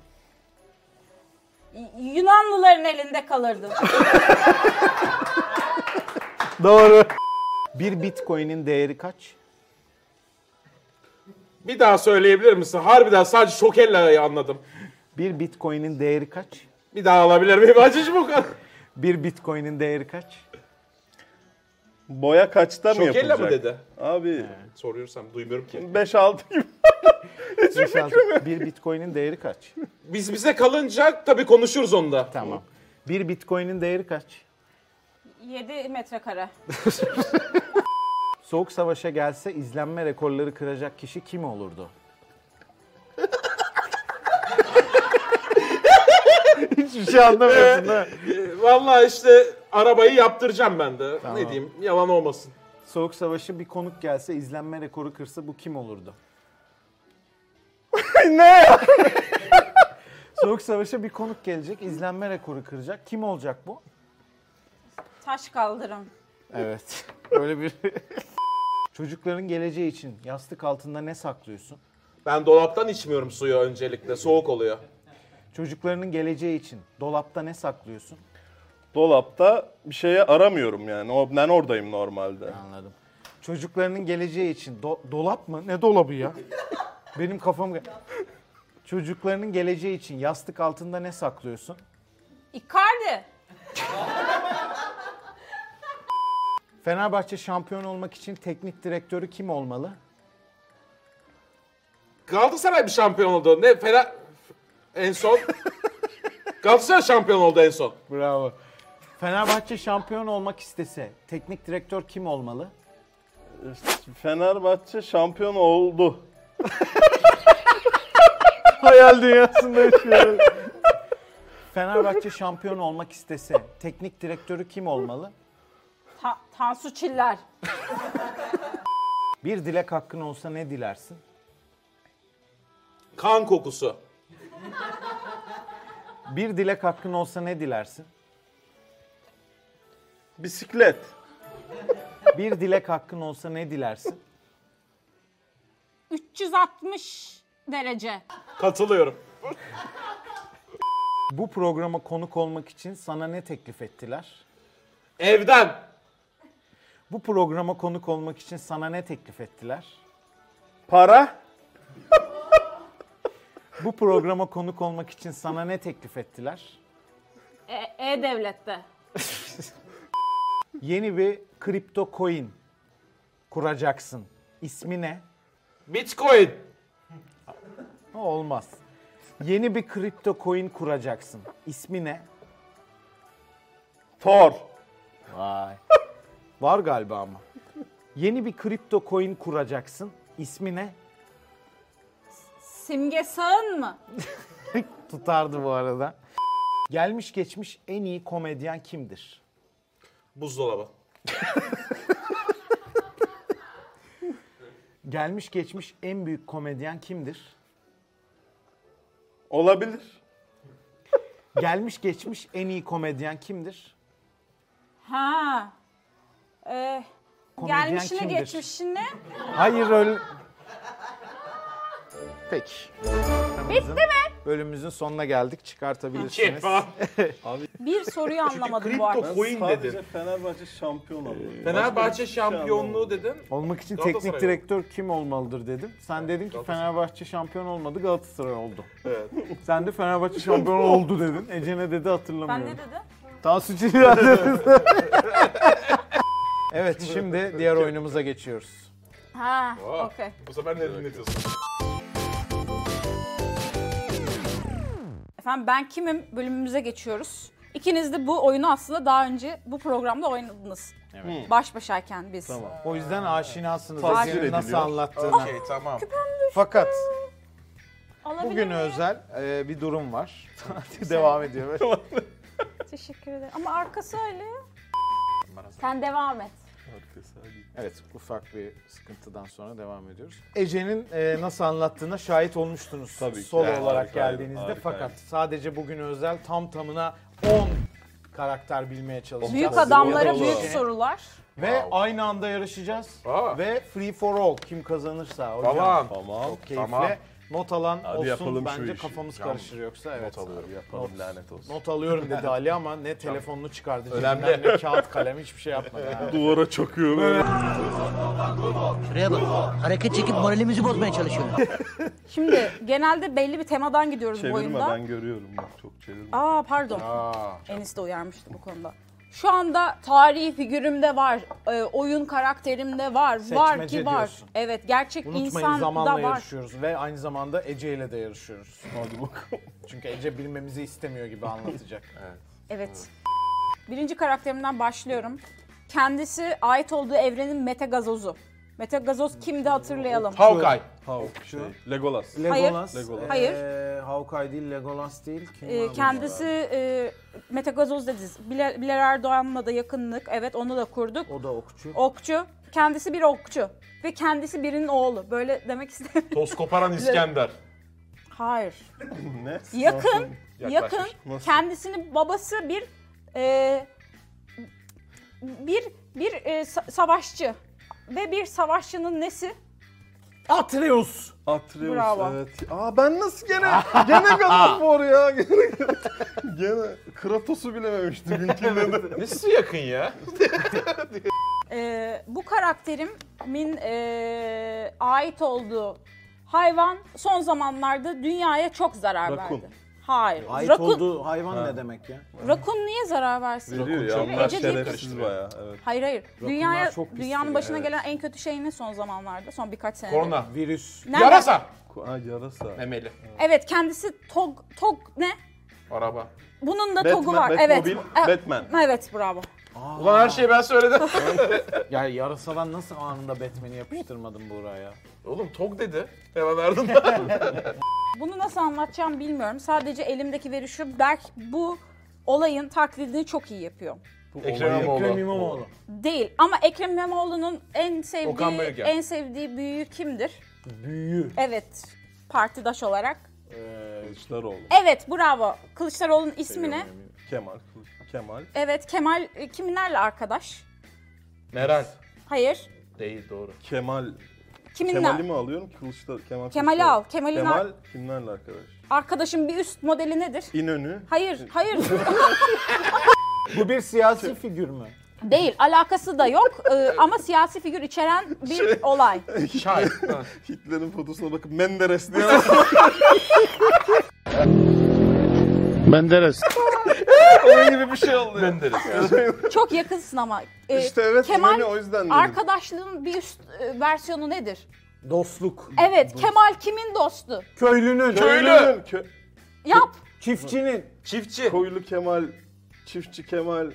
[SPEAKER 2] Y- Yunanlıların elinde kalırdım.
[SPEAKER 1] Doğru. Bir Bitcoin'in değeri kaç?
[SPEAKER 4] Bir daha söyleyebilir misin? Harbiden sadece şokella'yı anladım.
[SPEAKER 1] Bir Bitcoin'in değeri kaç?
[SPEAKER 4] Bir daha alabilir miyim? Acıcı bu kadar.
[SPEAKER 1] Bir Bitcoin'in değeri kaç?
[SPEAKER 3] Yani. Boya kaçta mı
[SPEAKER 4] Şokella
[SPEAKER 3] yapılacak?
[SPEAKER 4] mı dedi?
[SPEAKER 3] Abi
[SPEAKER 4] Soruyorsam duymuyorum ki.
[SPEAKER 3] 5-6 gibi.
[SPEAKER 1] Mesela bir bitcoin'in değeri kaç?
[SPEAKER 4] Biz bize kalınca tabii konuşuruz onda.
[SPEAKER 1] Tamam. Bir bitcoin'in değeri kaç?
[SPEAKER 2] 7 metrekare.
[SPEAKER 1] Soğuk savaşa gelse izlenme rekorları kıracak kişi kim olurdu? Hiçbir şey anlamıyorsun ha.
[SPEAKER 4] Ee, Valla E, işte arabayı yaptıracağım ben de. Ne diyeyim yalan olmasın.
[SPEAKER 1] Soğuk Savaş'a bir konuk gelse, izlenme rekoru kırsa bu kim olurdu?
[SPEAKER 3] ne?
[SPEAKER 1] Soğuk Savaş'a bir konuk gelecek, izlenme rekoru kıracak. Kim olacak bu?
[SPEAKER 2] Taş kaldırım.
[SPEAKER 1] Evet. Böyle bir... Çocukların geleceği için yastık altında ne saklıyorsun?
[SPEAKER 4] Ben dolaptan içmiyorum suyu öncelikle. Soğuk oluyor.
[SPEAKER 1] Çocuklarının geleceği için dolapta ne saklıyorsun?
[SPEAKER 3] Dolapta bir şeye aramıyorum yani. O- Ben oradayım normalde.
[SPEAKER 1] Anladım. Çocuklarının geleceği için do- dolap mı? Ne dolabı ya? Benim kafam Çocuklarının geleceği için yastık altında ne saklıyorsun?
[SPEAKER 2] Icardi.
[SPEAKER 1] Fenerbahçe şampiyon olmak için teknik direktörü kim olmalı?
[SPEAKER 4] Galatasaray bir şampiyon oldu. Ne Fener... En son... Galatasaray şampiyon oldu en son.
[SPEAKER 1] Bravo. Fenerbahçe şampiyon olmak istese teknik direktör kim olmalı?
[SPEAKER 3] Fenerbahçe şampiyon oldu.
[SPEAKER 1] Hayal dünyasında yaşıyorum. Fenerbahçe şampiyon olmak istese teknik direktörü kim olmalı?
[SPEAKER 2] Ta- Tansu Çiller.
[SPEAKER 1] Bir dilek hakkın olsa ne dilersin?
[SPEAKER 4] Kan kokusu.
[SPEAKER 1] Bir dilek hakkın olsa ne dilersin?
[SPEAKER 3] Bisiklet.
[SPEAKER 1] Bir dilek hakkın olsa ne dilersin?
[SPEAKER 2] 360 derece.
[SPEAKER 4] Katılıyorum.
[SPEAKER 1] Bu programa konuk olmak için sana ne teklif ettiler?
[SPEAKER 4] Evden.
[SPEAKER 1] Bu programa konuk olmak için sana ne teklif ettiler?
[SPEAKER 3] Para.
[SPEAKER 1] Bu programa konuk olmak için sana ne teklif ettiler?
[SPEAKER 2] E- E-Devlet'te.
[SPEAKER 1] Yeni bir kripto coin kuracaksın. İsmi ne?
[SPEAKER 4] Bitcoin.
[SPEAKER 1] O Olmaz. Yeni bir kripto coin kuracaksın. İsmi ne?
[SPEAKER 3] Tor.
[SPEAKER 1] Vay. Var galiba ama. Yeni bir kripto coin kuracaksın. İsmi ne?
[SPEAKER 2] Simge Sağın mı?
[SPEAKER 1] Tutardı bu arada. Gelmiş geçmiş en iyi komedyen kimdir?
[SPEAKER 4] Buzdolabı.
[SPEAKER 1] Gelmiş geçmiş en büyük komedyen kimdir?
[SPEAKER 3] Olabilir.
[SPEAKER 1] Gelmiş geçmiş en iyi komedyen kimdir?
[SPEAKER 2] Ha. E,
[SPEAKER 1] Komedyen
[SPEAKER 2] gelmişine
[SPEAKER 1] kimdir?
[SPEAKER 2] geçmişine.
[SPEAKER 1] Hayır öyle... Peki. Bitti mi? Bölümümüzün sonuna geldik. Çıkartabilirsiniz.
[SPEAKER 2] Bir soruyu anlamadım bu arada.
[SPEAKER 4] coin
[SPEAKER 3] Sadece şey Fenerbahçe şampiyon oldu.
[SPEAKER 1] Ee,
[SPEAKER 4] Fenerbahçe şampiyonluğu dedin.
[SPEAKER 1] Olmak için
[SPEAKER 4] Galatasaray
[SPEAKER 1] teknik
[SPEAKER 4] oldu.
[SPEAKER 1] direktör kim olmalıdır dedim. Sen dedin ki Fenerbahçe şampiyon olmadı Galatasaray oldu. Evet. Sen de Fenerbahçe şampiyon oldu dedin. Ece ne dedi
[SPEAKER 2] Ben
[SPEAKER 1] hatırlamıyorum.
[SPEAKER 2] ne dedim?
[SPEAKER 1] Tansu Çiller dedi. evet şimdi diğer oyunumuza geçiyoruz.
[SPEAKER 2] Ha.
[SPEAKER 5] oh.
[SPEAKER 2] Okey.
[SPEAKER 5] Bu sefer ne dinletiyorsun?
[SPEAKER 2] Efendim ben kimim bölümümüze geçiyoruz. İkiniz de bu oyunu aslında daha önce bu programda oynadınız.
[SPEAKER 1] Hmm.
[SPEAKER 2] Evet. Baş başayken biz.
[SPEAKER 1] O yüzden aşinasınız.
[SPEAKER 3] Tasvir
[SPEAKER 1] Ece'nin nasıl
[SPEAKER 3] ediliyor.
[SPEAKER 1] anlattığına.
[SPEAKER 5] Okey tamam.
[SPEAKER 1] Fakat
[SPEAKER 2] Alabilir
[SPEAKER 1] bugün
[SPEAKER 2] miyim?
[SPEAKER 1] özel e, bir durum var. Devam ediyor.
[SPEAKER 2] Teşekkür ederim. Ama arkası öyle. Sen devam et.
[SPEAKER 1] Evet, ufak bir sıkıntıdan sonra devam ediyoruz. Ece'nin e, nasıl anlattığına şahit olmuştunuz
[SPEAKER 3] Tabii ki.
[SPEAKER 1] solo
[SPEAKER 3] Evet,
[SPEAKER 1] olarak
[SPEAKER 3] harikaydı,
[SPEAKER 1] geldiğinizde.
[SPEAKER 3] harikaydı.
[SPEAKER 1] Fakat sadece bugün özel tam tamına 10 karakter bilmeye çalışacağız.
[SPEAKER 2] Büyük adamlara
[SPEAKER 1] Ece-
[SPEAKER 2] büyük sorular.
[SPEAKER 1] Ve aynı anda yarışacağız.
[SPEAKER 4] Aa.
[SPEAKER 1] Ve free for all kim kazanırsa hocam.
[SPEAKER 4] Tamam.
[SPEAKER 3] Tamam.
[SPEAKER 1] Çok keyifli.
[SPEAKER 5] Tamam.
[SPEAKER 1] Not alan
[SPEAKER 3] Hadi
[SPEAKER 1] olsun
[SPEAKER 3] yapalım şu
[SPEAKER 1] bence
[SPEAKER 3] işi.
[SPEAKER 1] kafamız karışır yoksa evet.
[SPEAKER 3] Not alıyorum yapalım lanet olsun.
[SPEAKER 1] Not alıyorum dedi Ali ama ne telefonunu çıkardı.
[SPEAKER 4] Önemli.
[SPEAKER 1] cebinden, Ne kağıt kalem hiçbir şey yapmadı. yani.
[SPEAKER 3] Duvara çakıyorum.
[SPEAKER 6] Şuraya bak. Hareket çekip moralimizi bozmaya çalışıyor.
[SPEAKER 2] Şimdi genelde belli bir temadan gidiyoruz bu
[SPEAKER 3] Çevirme
[SPEAKER 2] oyunda.
[SPEAKER 3] ben görüyorum. Bak, Çok çevirme.
[SPEAKER 2] Aa pardon. Enis de uyarmıştı bu konuda. Şu anda tarihi figürümde var, e, oyun karakterimde var, var
[SPEAKER 1] Seçmece
[SPEAKER 2] ki var.
[SPEAKER 1] diyorsun.
[SPEAKER 2] Evet, gerçek
[SPEAKER 1] Unutmayın
[SPEAKER 2] insan
[SPEAKER 1] zamanla
[SPEAKER 2] da var.
[SPEAKER 1] yarışıyoruz ve aynı zamanda Ece ile de yarışıyoruz. Hadi bakalım. Çünkü Ece bilmemizi istemiyor gibi anlatacak.
[SPEAKER 2] Evet. Birinci karakterimden başlıyorum. Kendisi ait olduğu evrenin meta gazozu. Mete Gazoz kimdi hatırlayalım.
[SPEAKER 5] Hawkeye. Şey,
[SPEAKER 1] Hulk. Şu.
[SPEAKER 3] Legolas.
[SPEAKER 1] Legolas.
[SPEAKER 3] Legolas.
[SPEAKER 2] Hayır.
[SPEAKER 1] Ee, Hawkeye değil, Legolas değil. Kim
[SPEAKER 2] Ee,
[SPEAKER 1] var bu
[SPEAKER 2] kendisi e, Mete Gazoz dediniz. Bilal, Bilal Erdoğan'la da yakınlık. Evet onu da kurduk.
[SPEAKER 1] arada? O da okçu.
[SPEAKER 2] Okçu. Kendisi bir okçu. Ve kendisi birinin oğlu. Böyle demek istemiyorum.
[SPEAKER 5] Toz koparan İskender.
[SPEAKER 2] Hayır.
[SPEAKER 3] Ne?
[SPEAKER 2] Yakın. yakın.
[SPEAKER 3] Nasıl?
[SPEAKER 2] Kendisini babası bir e, bir bir e, sa- savaşçı. Ve bir savaşçının nesi?
[SPEAKER 1] Atreus.
[SPEAKER 3] Atreus
[SPEAKER 2] Bravo.
[SPEAKER 3] evet. Aa ben nasıl gene gene Galatasaray ya. Gene, gene Kratos'u bilememiştim mümkün dedi.
[SPEAKER 5] Nesi yakın ya?
[SPEAKER 2] E, bu karakterimin e, ait olduğu hayvan son zamanlarda dünyaya çok zarar
[SPEAKER 3] Rakun.
[SPEAKER 2] verdi. Hayır.
[SPEAKER 1] Ait
[SPEAKER 2] Rakun,
[SPEAKER 1] olduğu hayvan ne demek ya?
[SPEAKER 2] rakun niye zarar versin?
[SPEAKER 3] Veriyor ya.
[SPEAKER 2] Rakun
[SPEAKER 3] Onlar
[SPEAKER 2] Ece diye şey
[SPEAKER 3] şerefsiz bayağı. Evet.
[SPEAKER 2] Hayır hayır. Dünyaya,
[SPEAKER 1] çok pistir
[SPEAKER 2] dünyanın
[SPEAKER 1] ya,
[SPEAKER 2] başına
[SPEAKER 1] evet.
[SPEAKER 2] gelen en kötü şey ne son zamanlarda? Son birkaç senedir.
[SPEAKER 5] Korna.
[SPEAKER 1] Virüs.
[SPEAKER 2] Nerede?
[SPEAKER 5] Yarasa.
[SPEAKER 3] Ha yarasa.
[SPEAKER 5] Memeli.
[SPEAKER 2] Evet kendisi tog, tog ne?
[SPEAKER 5] Araba.
[SPEAKER 2] Bunun da togu
[SPEAKER 3] Batman,
[SPEAKER 2] var.
[SPEAKER 3] Batmobile,
[SPEAKER 2] evet.
[SPEAKER 3] Batman.
[SPEAKER 2] E- Evet bravo.
[SPEAKER 5] Ulan her şeyi ben söyledim.
[SPEAKER 1] Ya yarasadan nasıl anında Batman'i yapıştırmadın buraya?
[SPEAKER 5] Oğlum tok dedi. Hemen verdim.
[SPEAKER 2] Bunu nasıl anlatacağım bilmiyorum. Sadece elimdeki veri şu. Berk bu olayın taklidini çok iyi yapıyor.
[SPEAKER 5] Ekrem
[SPEAKER 1] Ekrem
[SPEAKER 5] İmamoğlu.
[SPEAKER 1] İmamoğlu.
[SPEAKER 2] Değil ama Ekrem İmamoğlu'nun en
[SPEAKER 5] Okan
[SPEAKER 2] sevdiği
[SPEAKER 5] Bayülgen.
[SPEAKER 2] en sevdiği büyüğü kimdir?
[SPEAKER 1] Büyü.
[SPEAKER 2] Evet. Partidaş olarak.
[SPEAKER 3] Kılıçdaroğlu.
[SPEAKER 2] Evet bravo. Kılıçdaroğlu'nun ismi ne?
[SPEAKER 3] Kemal. Kemal.
[SPEAKER 2] Evet Kemal e, kimlerle arkadaş?
[SPEAKER 5] Meral.
[SPEAKER 2] Hayır.
[SPEAKER 5] Değil doğru.
[SPEAKER 3] Kemal.
[SPEAKER 2] Kiminle?
[SPEAKER 3] Kemal'i mi alıyorum? Kılıçdaroğlu. Kemal
[SPEAKER 2] Kemal'i
[SPEAKER 3] Kılıçdaroğlu.
[SPEAKER 2] al. Kemal'in ar-
[SPEAKER 3] Kemal kimlerle arkadaş?
[SPEAKER 2] arkadaşın bir üst modeli nedir?
[SPEAKER 3] İnönü.
[SPEAKER 2] Hayır, hayır.
[SPEAKER 1] Bu bir siyasi figür mü?
[SPEAKER 2] Değil. Alakası da yok. Ee, ama siyasi figür içeren bir
[SPEAKER 3] Şey-
[SPEAKER 2] olay.
[SPEAKER 5] Çay.
[SPEAKER 3] Hitler'in fotosuna bakıp Menderes diye.
[SPEAKER 2] Şey,
[SPEAKER 8] Menderes.
[SPEAKER 3] Onun gibi bir şey oldu. ya.
[SPEAKER 5] Menderes.
[SPEAKER 2] Çok yakınsın ama. Ee,
[SPEAKER 3] İşte evet
[SPEAKER 2] Kemal
[SPEAKER 3] İnönü o yüzden dedim.
[SPEAKER 2] arkadaşlığın bir üst e, versiyonu nedir?
[SPEAKER 1] Dostluk.
[SPEAKER 2] Evet, Kemal kimin dostu?
[SPEAKER 1] Köylünün.
[SPEAKER 3] Köylü. Kö-
[SPEAKER 2] Yap.
[SPEAKER 1] Çiftçinin.
[SPEAKER 5] Çiftçi.
[SPEAKER 3] Koyulu Kemal. Çiftçi Kemal.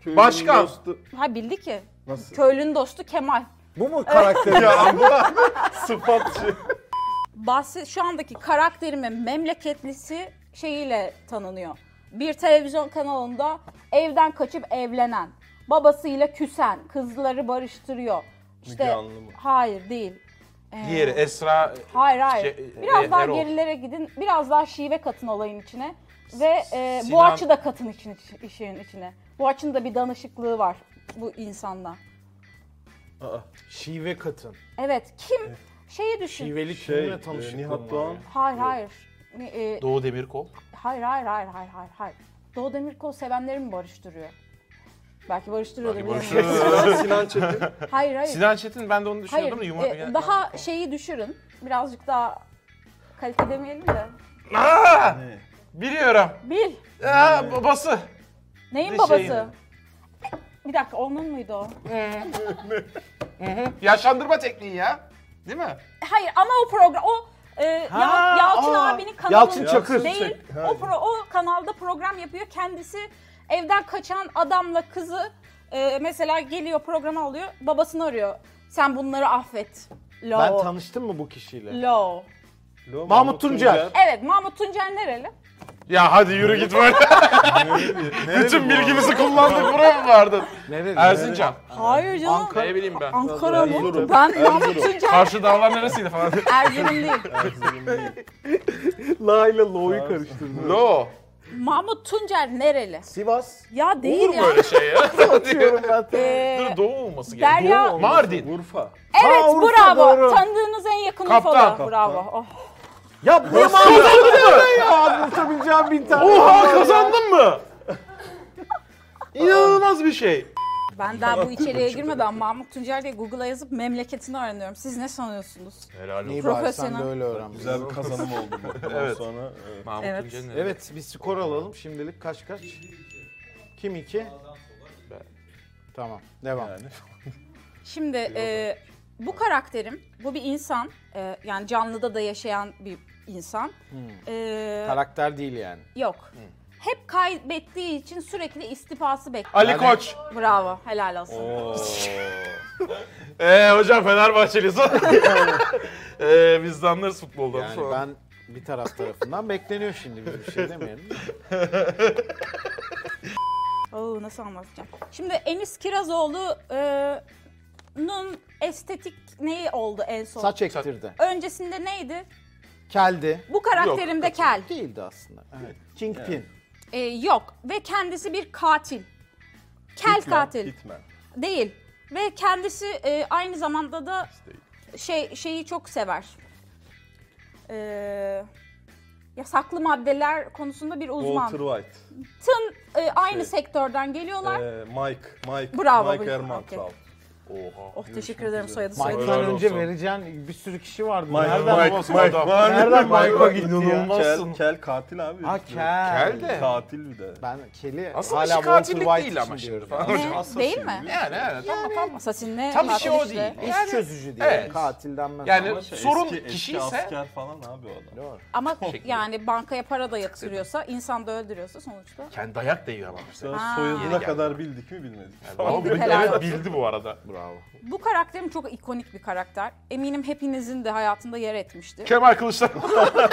[SPEAKER 3] Köylünün
[SPEAKER 5] Başkan.
[SPEAKER 3] dostu.
[SPEAKER 2] Ha bildi ki.
[SPEAKER 3] Nasıl?
[SPEAKER 2] Köylünün dostu Kemal.
[SPEAKER 1] Bu mu karakteri?
[SPEAKER 3] ya bu sıfatçı.
[SPEAKER 2] Bahsi şu andaki karakterimin memleketlisi şeyiyle tanınıyor. Bir televizyon kanalında evden kaçıp evlenen, babasıyla küsen, kızları barıştırıyor. İşte
[SPEAKER 3] Anlı mı?
[SPEAKER 2] hayır değil. Ee,
[SPEAKER 5] Diğeri Esra.
[SPEAKER 2] Hayır hayır.
[SPEAKER 5] Şey,
[SPEAKER 2] biraz
[SPEAKER 5] e,
[SPEAKER 2] daha
[SPEAKER 5] Erol.
[SPEAKER 2] gerilere gidin. Biraz daha şive katın olayın içine. Ve e,
[SPEAKER 5] Sinan-
[SPEAKER 2] Boğaç'ı da katın için, işin içine. Boğaç'ın da bir danışıklığı var bu insanda.
[SPEAKER 1] Şive katın.
[SPEAKER 2] Evet kim şeyi düşün.
[SPEAKER 1] Şiveli
[SPEAKER 3] Şey,
[SPEAKER 1] kimle
[SPEAKER 3] e,
[SPEAKER 1] tanışıklığın
[SPEAKER 3] Nihat
[SPEAKER 1] var
[SPEAKER 3] Doğan.
[SPEAKER 1] ya?
[SPEAKER 2] Hayır hayır. Ne, e,
[SPEAKER 5] Doğu Demirkol.
[SPEAKER 2] hayır hayır hayır hayır hayır hayır. Doğu Demirkol sevenleri mi barıştırıyor? Belki barıştırıyordur. bilemiyorum.
[SPEAKER 3] Sinan Çetin.
[SPEAKER 2] Hayır hayır.
[SPEAKER 5] Sinan Çetin ben de onu
[SPEAKER 2] hayır.
[SPEAKER 5] düşünüyordum da yumurta.
[SPEAKER 2] e, daha şeyi düşürün. Birazcık daha kalite demeyelim de.
[SPEAKER 5] Biliyorum.
[SPEAKER 2] Bil.
[SPEAKER 5] Aa, babası.
[SPEAKER 2] Neyin
[SPEAKER 5] Ne
[SPEAKER 2] babası?
[SPEAKER 5] şeyi?
[SPEAKER 2] Bir dakika onun muydu o?
[SPEAKER 5] Yaşlandırma tekniği ya. Değil mi?
[SPEAKER 2] Hayır ama o program o e, Yal- Yalçın
[SPEAKER 1] aa.
[SPEAKER 2] abinin kanalında
[SPEAKER 1] Yalçın Çakır.
[SPEAKER 2] değil. O pro, o kanalda program yapıyor. Kendisi evden kaçan adamla kızı e, mesela geliyor programa alıyor. Babasını arıyor. Sen bunları affet. Lo.
[SPEAKER 1] Ben tanıştım mı bu kişiyle?
[SPEAKER 2] Lo.
[SPEAKER 1] Mahmut Tuncer.
[SPEAKER 2] Evet Mahmut Tuncel nereli?
[SPEAKER 5] Ya hadi yürü git böyle. Bütün bilgimizi kullandık buraya mı vardın?
[SPEAKER 1] Nerede?
[SPEAKER 5] Erzincan.
[SPEAKER 2] Hayır canım.
[SPEAKER 1] Ankara-
[SPEAKER 5] Ne bileyim ben.
[SPEAKER 2] Ankara mı?
[SPEAKER 3] Erzurum.
[SPEAKER 2] Ben Mahmut Tuncel.
[SPEAKER 5] Karşı dağlar neresiydi falan.
[SPEAKER 2] Erzurum değil.
[SPEAKER 1] La ile Lo'yu karıştırdım.
[SPEAKER 5] No.
[SPEAKER 2] Mahmut Tuncel nereli?
[SPEAKER 1] Sivas.
[SPEAKER 2] Ya değil ya.
[SPEAKER 5] Böyle şey ya.
[SPEAKER 1] Atıyorum ben.
[SPEAKER 2] Ee,
[SPEAKER 5] Dur doğu olması gerek.
[SPEAKER 2] Derya
[SPEAKER 5] Doğu olması. Mardin.
[SPEAKER 3] Urfa.
[SPEAKER 2] Evet
[SPEAKER 1] Ha, Urfa,
[SPEAKER 2] bravo.
[SPEAKER 1] doğru.
[SPEAKER 2] Tanıdığınız en yakın
[SPEAKER 5] Kaptan,
[SPEAKER 2] Urfalı.
[SPEAKER 5] kaptan.
[SPEAKER 2] Bravo. Oh.
[SPEAKER 1] Ya bu mahmut ya. Anlatabileceğim bin tane.
[SPEAKER 5] Oha kazandın mı? İnanılmaz bir şey.
[SPEAKER 2] Ben daha bu içeriğe girmeden Mahmut Tuncer diye Google'a yazıp memleketini öğreniyorum. Siz ne sanıyorsunuz?
[SPEAKER 5] Helal olsun.
[SPEAKER 1] İyi bari sen
[SPEAKER 2] Profesyonel.
[SPEAKER 1] de öyle öğren.
[SPEAKER 3] Güzel bir kazanım oldu bu. Ondan
[SPEAKER 5] Evet.
[SPEAKER 3] sonra e, evet.
[SPEAKER 5] Mahmut
[SPEAKER 2] Evet.
[SPEAKER 5] Tuncer'in evi.
[SPEAKER 1] Evet bir skor alalım şimdilik kaç kaç? Kim iki? Tamam devam.
[SPEAKER 2] Şimdi e, bu karakterim, bu bir insan. E, yani canlıda da yaşayan bir insan. E,
[SPEAKER 1] Karakter değil yani.
[SPEAKER 2] yok. hep kaybettiği için sürekli istifası bekliyor.
[SPEAKER 5] Ali Koç.
[SPEAKER 2] Bravo, helal olsun.
[SPEAKER 5] Eee Ee, hocam Fenerbahçeliyiz. Eee biz de anlarız futboldan
[SPEAKER 1] Yani
[SPEAKER 5] sonra.
[SPEAKER 1] ben bir taraf tarafından bekleniyor şimdi biz bir şey demeyelim.
[SPEAKER 2] Oo, nasıl anlatacağım? Şimdi Enis Kirazoğlu'nun estetik neyi oldu en son?
[SPEAKER 1] Saç ektirdi.
[SPEAKER 2] Öncesinde neydi?
[SPEAKER 1] Keldi.
[SPEAKER 2] Bu karakterimde kel.
[SPEAKER 1] Değildi aslında. Evet. Kingpin.
[SPEAKER 2] Ee, yok ve kendisi bir katil. Kel katil.
[SPEAKER 3] Hitman.
[SPEAKER 2] Değil. Ve kendisi e, aynı zamanda da şey şeyi çok sever. Ee, yasaklı maddeler konusunda bir uzman.
[SPEAKER 3] Walter White.
[SPEAKER 2] Tın e, aynı sektörden geliyorlar.
[SPEAKER 3] Ee, Mike. Mike.
[SPEAKER 2] Bravo,
[SPEAKER 3] Mike
[SPEAKER 2] buyurun.
[SPEAKER 3] Ermantraut.
[SPEAKER 2] oh teşekkür ederim soyadı soyadı.
[SPEAKER 1] Mike'dan
[SPEAKER 5] Helal
[SPEAKER 1] önce
[SPEAKER 5] olsun.
[SPEAKER 1] vereceğin bir sürü kişi vardı.
[SPEAKER 3] Mike.
[SPEAKER 1] Nereden
[SPEAKER 3] Mike.
[SPEAKER 1] bu-
[SPEAKER 5] Olsun
[SPEAKER 3] Mike.
[SPEAKER 5] adam.
[SPEAKER 3] Var.
[SPEAKER 1] Nereden Mike'a
[SPEAKER 3] Mike.
[SPEAKER 1] gitti ya?
[SPEAKER 3] Kel, kel katil abi.
[SPEAKER 1] Ha kel.
[SPEAKER 5] Kel de.
[SPEAKER 3] Katil bir de.
[SPEAKER 1] Ben keli
[SPEAKER 5] Aslında
[SPEAKER 1] hala
[SPEAKER 5] işi
[SPEAKER 1] Walter
[SPEAKER 5] katillik
[SPEAKER 1] White
[SPEAKER 5] değil ama
[SPEAKER 1] için
[SPEAKER 5] şimdi
[SPEAKER 1] diyorum.
[SPEAKER 5] falan.
[SPEAKER 2] Ne?
[SPEAKER 5] Hocam.
[SPEAKER 3] şey
[SPEAKER 2] Değil mi?
[SPEAKER 5] Yani evet tamam tamam.
[SPEAKER 2] Assassin ne?
[SPEAKER 5] Tam işi
[SPEAKER 2] katil
[SPEAKER 5] o
[SPEAKER 2] işte.
[SPEAKER 5] değil.
[SPEAKER 1] İş
[SPEAKER 5] Yani-
[SPEAKER 1] çözücü diye.
[SPEAKER 5] Evet.
[SPEAKER 1] Katil denmez.
[SPEAKER 5] Yani
[SPEAKER 3] Ama şey,
[SPEAKER 5] sorun
[SPEAKER 3] eski, eski
[SPEAKER 5] kişi ise
[SPEAKER 3] asker falan abi o adam.
[SPEAKER 2] Ama yani bankaya para da yatırıyorsa, insan da öldürüyorsa sonuçta.
[SPEAKER 5] kendi dayak da yiyor adam mesela.
[SPEAKER 3] Sonra
[SPEAKER 2] Ha.
[SPEAKER 3] soyadına
[SPEAKER 5] Yeni
[SPEAKER 3] kadar bildik mi bilmedik.
[SPEAKER 5] Ama
[SPEAKER 2] Bildi,
[SPEAKER 5] bildi,
[SPEAKER 2] helal
[SPEAKER 5] evet
[SPEAKER 2] olsun.
[SPEAKER 5] bildi bu arada.
[SPEAKER 2] Bu karakterim çok ikonik bir karakter. Eminim hepinizin de hayatında yer etmiştir.
[SPEAKER 5] Kemal Kılıçdaroğlu.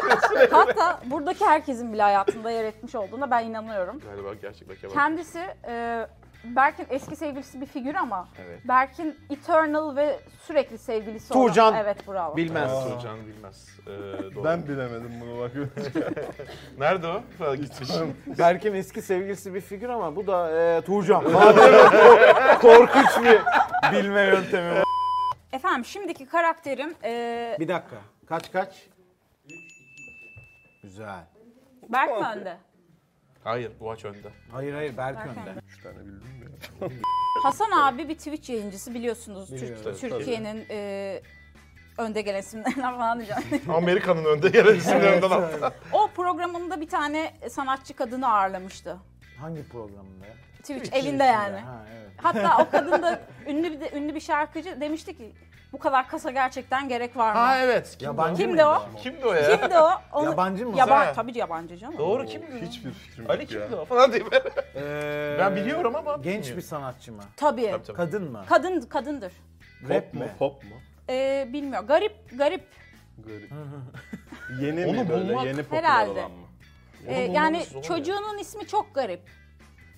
[SPEAKER 2] Hatta buradaki herkesin bile hayatında yer etmiş olduğuna ben inanıyorum.
[SPEAKER 5] Galiba gerçekten Kemal.
[SPEAKER 2] Kendisi e, Berk'in eski sevgilisi bir figür ama Berk'in eternal ve sürekli sevgilisi olan.
[SPEAKER 1] Tuğcan.
[SPEAKER 2] Evet bravo.
[SPEAKER 1] Bilmez.
[SPEAKER 5] Tuğcan bilmez. Ee, doğru.
[SPEAKER 3] Ben bilemedim bunu bak.
[SPEAKER 5] Nerede o? Ha, Gitmiş.
[SPEAKER 1] Berk'in eski sevgilisi bir figür ama bu da e, Tuğcan. Madem korkunç bir bilme yöntemi var.
[SPEAKER 2] Efendim şimdiki karakterim e,
[SPEAKER 1] Bir dakika. Kaç kaç? Güzel.
[SPEAKER 2] Berk mi önde?
[SPEAKER 5] Hayır, Boğaç önde.
[SPEAKER 1] Hayır hayır Berk,
[SPEAKER 2] Berk
[SPEAKER 1] önde.
[SPEAKER 2] önde.
[SPEAKER 3] Üç tane bildim mi?
[SPEAKER 2] Hasan abi bir Twitch yayıncısı biliyorsunuz. Türk-
[SPEAKER 1] Biliyorum,
[SPEAKER 5] tabii.
[SPEAKER 2] Türkiye'nin e, önde gelen isimlerinden falan diyeceğim.
[SPEAKER 5] Amerika'nın önde, yerel isimlerinden altta.
[SPEAKER 2] o programında bir tane sanatçı kadını ağırlamıştı.
[SPEAKER 1] Hangi programda? ya?
[SPEAKER 2] Twitch,
[SPEAKER 1] Twitch'in
[SPEAKER 2] evinde
[SPEAKER 1] içinde.
[SPEAKER 2] yani.
[SPEAKER 1] Ha, evet.
[SPEAKER 2] Hatta o kadın da ünlü bir, de, ünlü bir şarkıcı demişti ki bu kadar kasa gerçekten gerek var mı?
[SPEAKER 5] Ha evet.
[SPEAKER 1] Yabancı
[SPEAKER 2] Kimdi
[SPEAKER 1] mıydı
[SPEAKER 2] o?
[SPEAKER 1] ama?
[SPEAKER 5] Kimdi o ya?
[SPEAKER 2] Kimdi o? Onu-
[SPEAKER 1] Yabancı mı?
[SPEAKER 2] Yaba
[SPEAKER 5] He.
[SPEAKER 2] tabii ki yabancı canım.
[SPEAKER 5] Doğru kimdi? o?
[SPEAKER 3] Hiçbir fikrim yok
[SPEAKER 5] Ali
[SPEAKER 3] ya.
[SPEAKER 5] kimdi o falan diye böyle.
[SPEAKER 1] Ee,
[SPEAKER 5] Ben biliyorum ama
[SPEAKER 1] Genç
[SPEAKER 5] bilmiyorum.
[SPEAKER 1] bir sanatçı mı?
[SPEAKER 2] Tabii.
[SPEAKER 5] Tabii, tabii.
[SPEAKER 1] Kadın mı?
[SPEAKER 2] Kadın kadındır.
[SPEAKER 1] Rap
[SPEAKER 3] Pop mu?
[SPEAKER 1] mi?
[SPEAKER 3] Pop mu?
[SPEAKER 2] Ee, bilmiyor. Garip garip.
[SPEAKER 3] Garip. yeni
[SPEAKER 5] Onu
[SPEAKER 3] mi
[SPEAKER 5] bulmak
[SPEAKER 3] böyle? Yeni popüler
[SPEAKER 2] herhalde.
[SPEAKER 3] olan mı?
[SPEAKER 2] Ee,
[SPEAKER 5] bulmamız
[SPEAKER 2] yani
[SPEAKER 5] zor ya.
[SPEAKER 2] çocuğunun ismi çok garip.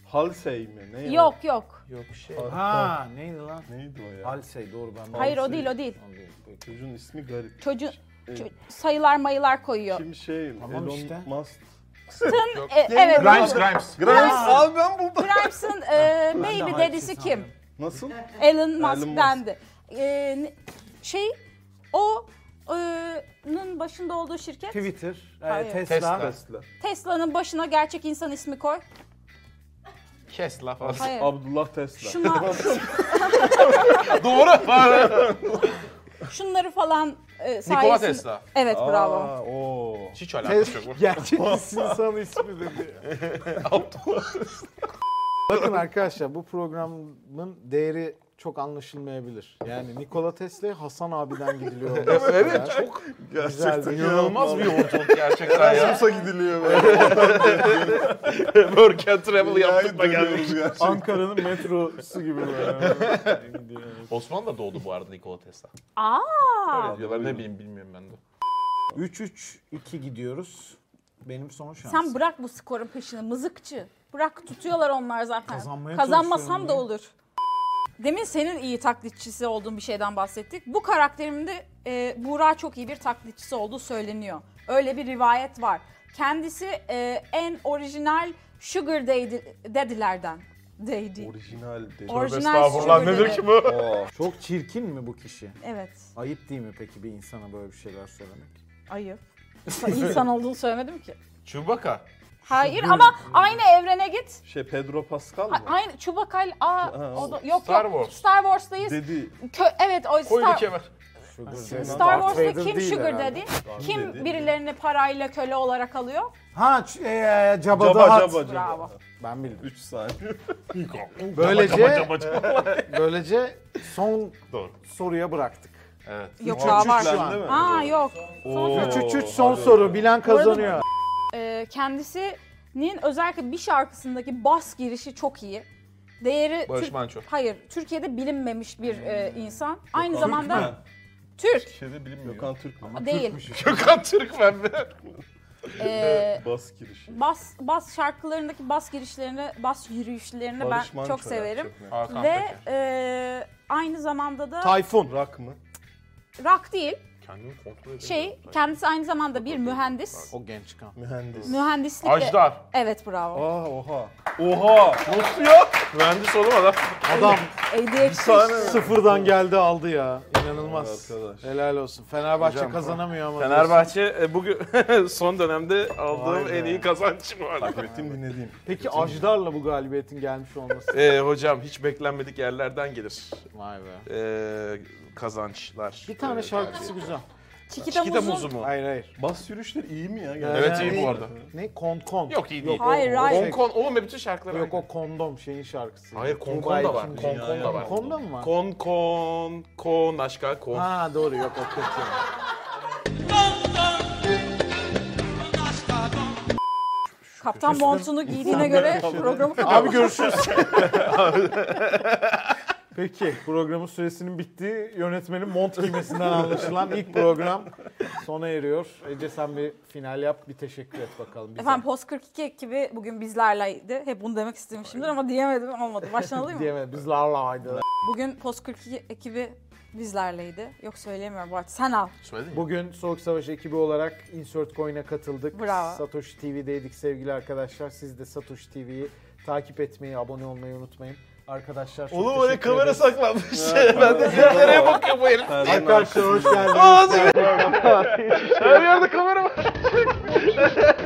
[SPEAKER 3] Halsey mi? Ne? o?
[SPEAKER 2] Yok yok.
[SPEAKER 5] Yok şey.
[SPEAKER 1] Ha neydi lan?
[SPEAKER 3] Neydi o ya?
[SPEAKER 1] Halsey doğru ben.
[SPEAKER 2] Hayır o
[SPEAKER 3] Halsey.
[SPEAKER 2] değil o değil.
[SPEAKER 1] Tamam, değil. Peki.
[SPEAKER 3] Çocuğun ismi garip.
[SPEAKER 2] Çocuğun ço- sayılar mayılar koyuyor.
[SPEAKER 3] Kim şey?
[SPEAKER 1] Tamam
[SPEAKER 3] Elon
[SPEAKER 1] işte.
[SPEAKER 3] Musk.
[SPEAKER 2] Ee, evet.
[SPEAKER 5] Grimes, Grimes.
[SPEAKER 3] Grimes. Abi ben buldum.
[SPEAKER 2] Grimes'ın e, baby
[SPEAKER 1] Halsey
[SPEAKER 2] dedesi kim?
[SPEAKER 1] sandım.
[SPEAKER 3] Nasıl?
[SPEAKER 2] Elon
[SPEAKER 3] Musk.
[SPEAKER 2] Musk dendi. Ee, ne- şey o e, nın başında olduğu şirket
[SPEAKER 1] Twitter, e,
[SPEAKER 2] Hayır.
[SPEAKER 1] Tesla.
[SPEAKER 5] Tesla.
[SPEAKER 3] Tesla.
[SPEAKER 2] Tesla'nın başına gerçek insan ismi koy.
[SPEAKER 5] Kes la falan.
[SPEAKER 2] Hayır.
[SPEAKER 3] Abdullah Tesla.
[SPEAKER 2] Şuna
[SPEAKER 5] Doğru.
[SPEAKER 2] şunları falan e, sayesinde.
[SPEAKER 5] Nikola Tesla.
[SPEAKER 2] Evet bravo.
[SPEAKER 3] Aa, oo.
[SPEAKER 5] Hiç alakası yok.
[SPEAKER 1] Tes- gerçek insan ismi dedi. Bakın arkadaşlar bu programın değeri çok anlaşılmayabilir. Yani Nikola Tesla Hasan abiden gidiliyor. olması ya.
[SPEAKER 5] Çok
[SPEAKER 1] Güzel
[SPEAKER 3] Gerçekten
[SPEAKER 1] bir-
[SPEAKER 5] inanılmaz bir yolculuk gerçekten ya.
[SPEAKER 3] Erasmus'a gidiliyor böyle.
[SPEAKER 5] Work and travel
[SPEAKER 3] Dünyayı
[SPEAKER 5] yaptık da geldik.
[SPEAKER 3] dönüyoruz gerçekten.
[SPEAKER 1] Ankara'nın metrosu gibi böyle.
[SPEAKER 5] Osman da doğdu bu arada Nikola Tesla.
[SPEAKER 2] Aa.
[SPEAKER 5] Ya ben ne bileyim bilmiyorum ben de.
[SPEAKER 1] 3-3-2 gidiyoruz. Benim son şansım.
[SPEAKER 2] Sen bırak bu skorun peşini mızıkçı. Bırak tutuyorlar onlar zaten.
[SPEAKER 1] Kazanmaya
[SPEAKER 2] Kazanmasam
[SPEAKER 1] çalışıyorum
[SPEAKER 2] da
[SPEAKER 1] ya.
[SPEAKER 2] olur. Demin senin iyi taklitçisi olduğun bir şeyden bahsettik. Bu karakterimde e, Buğra çok iyi bir taklitçisi olduğu söyleniyor. Öyle bir rivayet var. Kendisi e, en orijinal Sugar Daddy, Daddy'lerden. Daddy.
[SPEAKER 3] Orijinal dedi.
[SPEAKER 2] Orijinal
[SPEAKER 5] Estağfurullah nedir ki bu?
[SPEAKER 3] Oo.
[SPEAKER 1] Çok çirkin mi bu kişi?
[SPEAKER 2] Evet.
[SPEAKER 1] Ayıp değil mi peki bir insana böyle bir şeyler söylemek?
[SPEAKER 2] Ayıp. İnsan olduğunu söylemedim ki.
[SPEAKER 5] Chewbacca.
[SPEAKER 2] Hayır ama aynı evrene git.
[SPEAKER 3] Şey Pedro Pascal
[SPEAKER 2] A-
[SPEAKER 3] mı?
[SPEAKER 2] aynı Çubakal. Aa, o da- yok
[SPEAKER 5] Star
[SPEAKER 2] yok.
[SPEAKER 5] Wars.
[SPEAKER 2] Star Wars'tayız.
[SPEAKER 3] Dedi.
[SPEAKER 2] Kö- evet o
[SPEAKER 5] Koydu
[SPEAKER 2] Star,
[SPEAKER 5] kemer.
[SPEAKER 1] Sugar
[SPEAKER 2] Star
[SPEAKER 1] Darth
[SPEAKER 2] Wars'ta
[SPEAKER 1] Vader
[SPEAKER 2] kim
[SPEAKER 1] değil
[SPEAKER 2] Sugar
[SPEAKER 1] herhalde.
[SPEAKER 2] Daddy? Kim
[SPEAKER 3] Daddy.
[SPEAKER 2] birilerini parayla köle olarak alıyor?
[SPEAKER 1] Ha ç- e, e, Jabba the
[SPEAKER 3] Caba
[SPEAKER 1] Hutt.
[SPEAKER 3] caba caba.
[SPEAKER 2] Bravo.
[SPEAKER 1] Ben bildim.
[SPEAKER 3] 3 saniye.
[SPEAKER 1] Böylece böylece son
[SPEAKER 5] Doğru.
[SPEAKER 1] soruya bıraktık.
[SPEAKER 5] Evet.
[SPEAKER 2] Yok
[SPEAKER 1] Üç
[SPEAKER 2] daha
[SPEAKER 1] üç
[SPEAKER 2] var.
[SPEAKER 1] lan.
[SPEAKER 3] Değil mi?
[SPEAKER 2] Aa yok.
[SPEAKER 3] Oo.
[SPEAKER 1] 3 3 3 son soru. Bilen kazanıyor.
[SPEAKER 2] Ee, kendisi Nin özellikle bir şarkısındaki bas girişi çok iyi. Değeri
[SPEAKER 5] Barış
[SPEAKER 2] Tür-
[SPEAKER 5] Manço.
[SPEAKER 2] Hayır, Türkiye'de bilinmemiş bir e, insan. Aynı zamanda Türk
[SPEAKER 5] Şeyde bilinmiyor.
[SPEAKER 3] Gökhan Türk mü?
[SPEAKER 2] değil.
[SPEAKER 5] Gökhan Türk ben mi?
[SPEAKER 2] E,
[SPEAKER 3] Bas girişi.
[SPEAKER 2] bas bas şarkılarındaki bas girişlerini, bas yürüyüşlerini
[SPEAKER 3] Barış
[SPEAKER 2] ben
[SPEAKER 3] Manço
[SPEAKER 2] çok severim.
[SPEAKER 3] yapacak yani.
[SPEAKER 5] Hakan
[SPEAKER 2] Ve e, aynı zamanda da
[SPEAKER 1] Tayfun.
[SPEAKER 3] Rock mı?
[SPEAKER 2] rock değil,
[SPEAKER 5] Kendimi kontrol edemiyorum.
[SPEAKER 2] şey kendisi aynı zamanda bir mühendis.
[SPEAKER 1] O genç kan.
[SPEAKER 3] Mühendis.
[SPEAKER 2] Mühendislikle.
[SPEAKER 5] Ajdar.
[SPEAKER 2] Evet bravo.
[SPEAKER 3] Aa oha.
[SPEAKER 5] Oha! Nasıl ya? Mühendis oğlum adam.
[SPEAKER 1] Adam
[SPEAKER 2] ADHD işte.
[SPEAKER 1] sıfırdan geldi aldı ya. İnanılmaz.
[SPEAKER 3] Arkadaş.
[SPEAKER 1] Helal olsun. Fenerbahçe
[SPEAKER 5] Hocam,
[SPEAKER 1] kazanamıyor ama.
[SPEAKER 5] Fenerbahçe e, bugün son dönemde aldığım
[SPEAKER 1] Vay be.
[SPEAKER 5] en iyi kazançım var.
[SPEAKER 3] Ürettiğim dinlediğim.
[SPEAKER 1] Peki Ajdar'la bu galibiyetin gelmiş olması.
[SPEAKER 5] Ee, hocam hiç beklenmedik yerlerden gelir
[SPEAKER 1] Vay be.
[SPEAKER 5] ee, kazançlar.
[SPEAKER 1] Bir tane
[SPEAKER 5] Ee,
[SPEAKER 1] şarkısı güzel.
[SPEAKER 2] Çikita,
[SPEAKER 5] Çikita
[SPEAKER 2] Muz'un-
[SPEAKER 5] muzu mu?
[SPEAKER 1] Hayır hayır.
[SPEAKER 3] Bas yürüyüşleri iyi mi ya?
[SPEAKER 5] Evet iyi bu arada.
[SPEAKER 1] Ne? Kon kon.
[SPEAKER 5] Yok iyi değil.
[SPEAKER 1] o-
[SPEAKER 2] Hayır,
[SPEAKER 1] o-
[SPEAKER 2] hayır.
[SPEAKER 5] Hong Kong oğlum hep bütün şarkılar
[SPEAKER 1] Yok
[SPEAKER 5] aynı.
[SPEAKER 1] o kondom şeyin şarkısı.
[SPEAKER 5] Hayır Kong
[SPEAKER 1] Tuğbay
[SPEAKER 5] Kong da var.
[SPEAKER 1] Kim-
[SPEAKER 5] Kong Kong da var.
[SPEAKER 1] Kong da mı var?
[SPEAKER 5] Kon kon kon aşka kon.
[SPEAKER 1] Ha doğru yok o kötü.
[SPEAKER 2] Kaptan montunu giydiğine göre programı kapat.
[SPEAKER 1] Abi görüşürüz. Peki programın süresinin bittiği yönetmenin mont giymesinden anlaşılan ilk program sona eriyor. Ece sen bir final yap bir teşekkür et bakalım bize.
[SPEAKER 2] Efendim Post 42 ekibi bugün bizlerleydi. Hep bunu demek istemişimdir ama diyemedim olmadı. Baştan alayım mı?
[SPEAKER 1] Diyemedim. Biz la la haydi.
[SPEAKER 2] Bugün Post 42 ekibi bizlerleydi. Yok söyleyemiyorum bu arada. Sen al.
[SPEAKER 5] Söyledin ya.
[SPEAKER 1] Bugün Soğuk Savaş ekibi olarak Insert Coin'e katıldık.
[SPEAKER 2] Bravo.
[SPEAKER 1] Satoshi TV'deydik sevgili arkadaşlar. Siz de Satoshi TV'yi takip etmeyi, abone olmayı unutmayın. Arkadaşlar çok
[SPEAKER 5] Oğlum
[SPEAKER 1] teşekkür
[SPEAKER 5] oraya kamera
[SPEAKER 1] ederiz.
[SPEAKER 5] saklanmış. ben de nereye bakıyor bu herif?
[SPEAKER 1] Arkadaşlar hoş geldiniz.
[SPEAKER 5] Her yerde kamera var.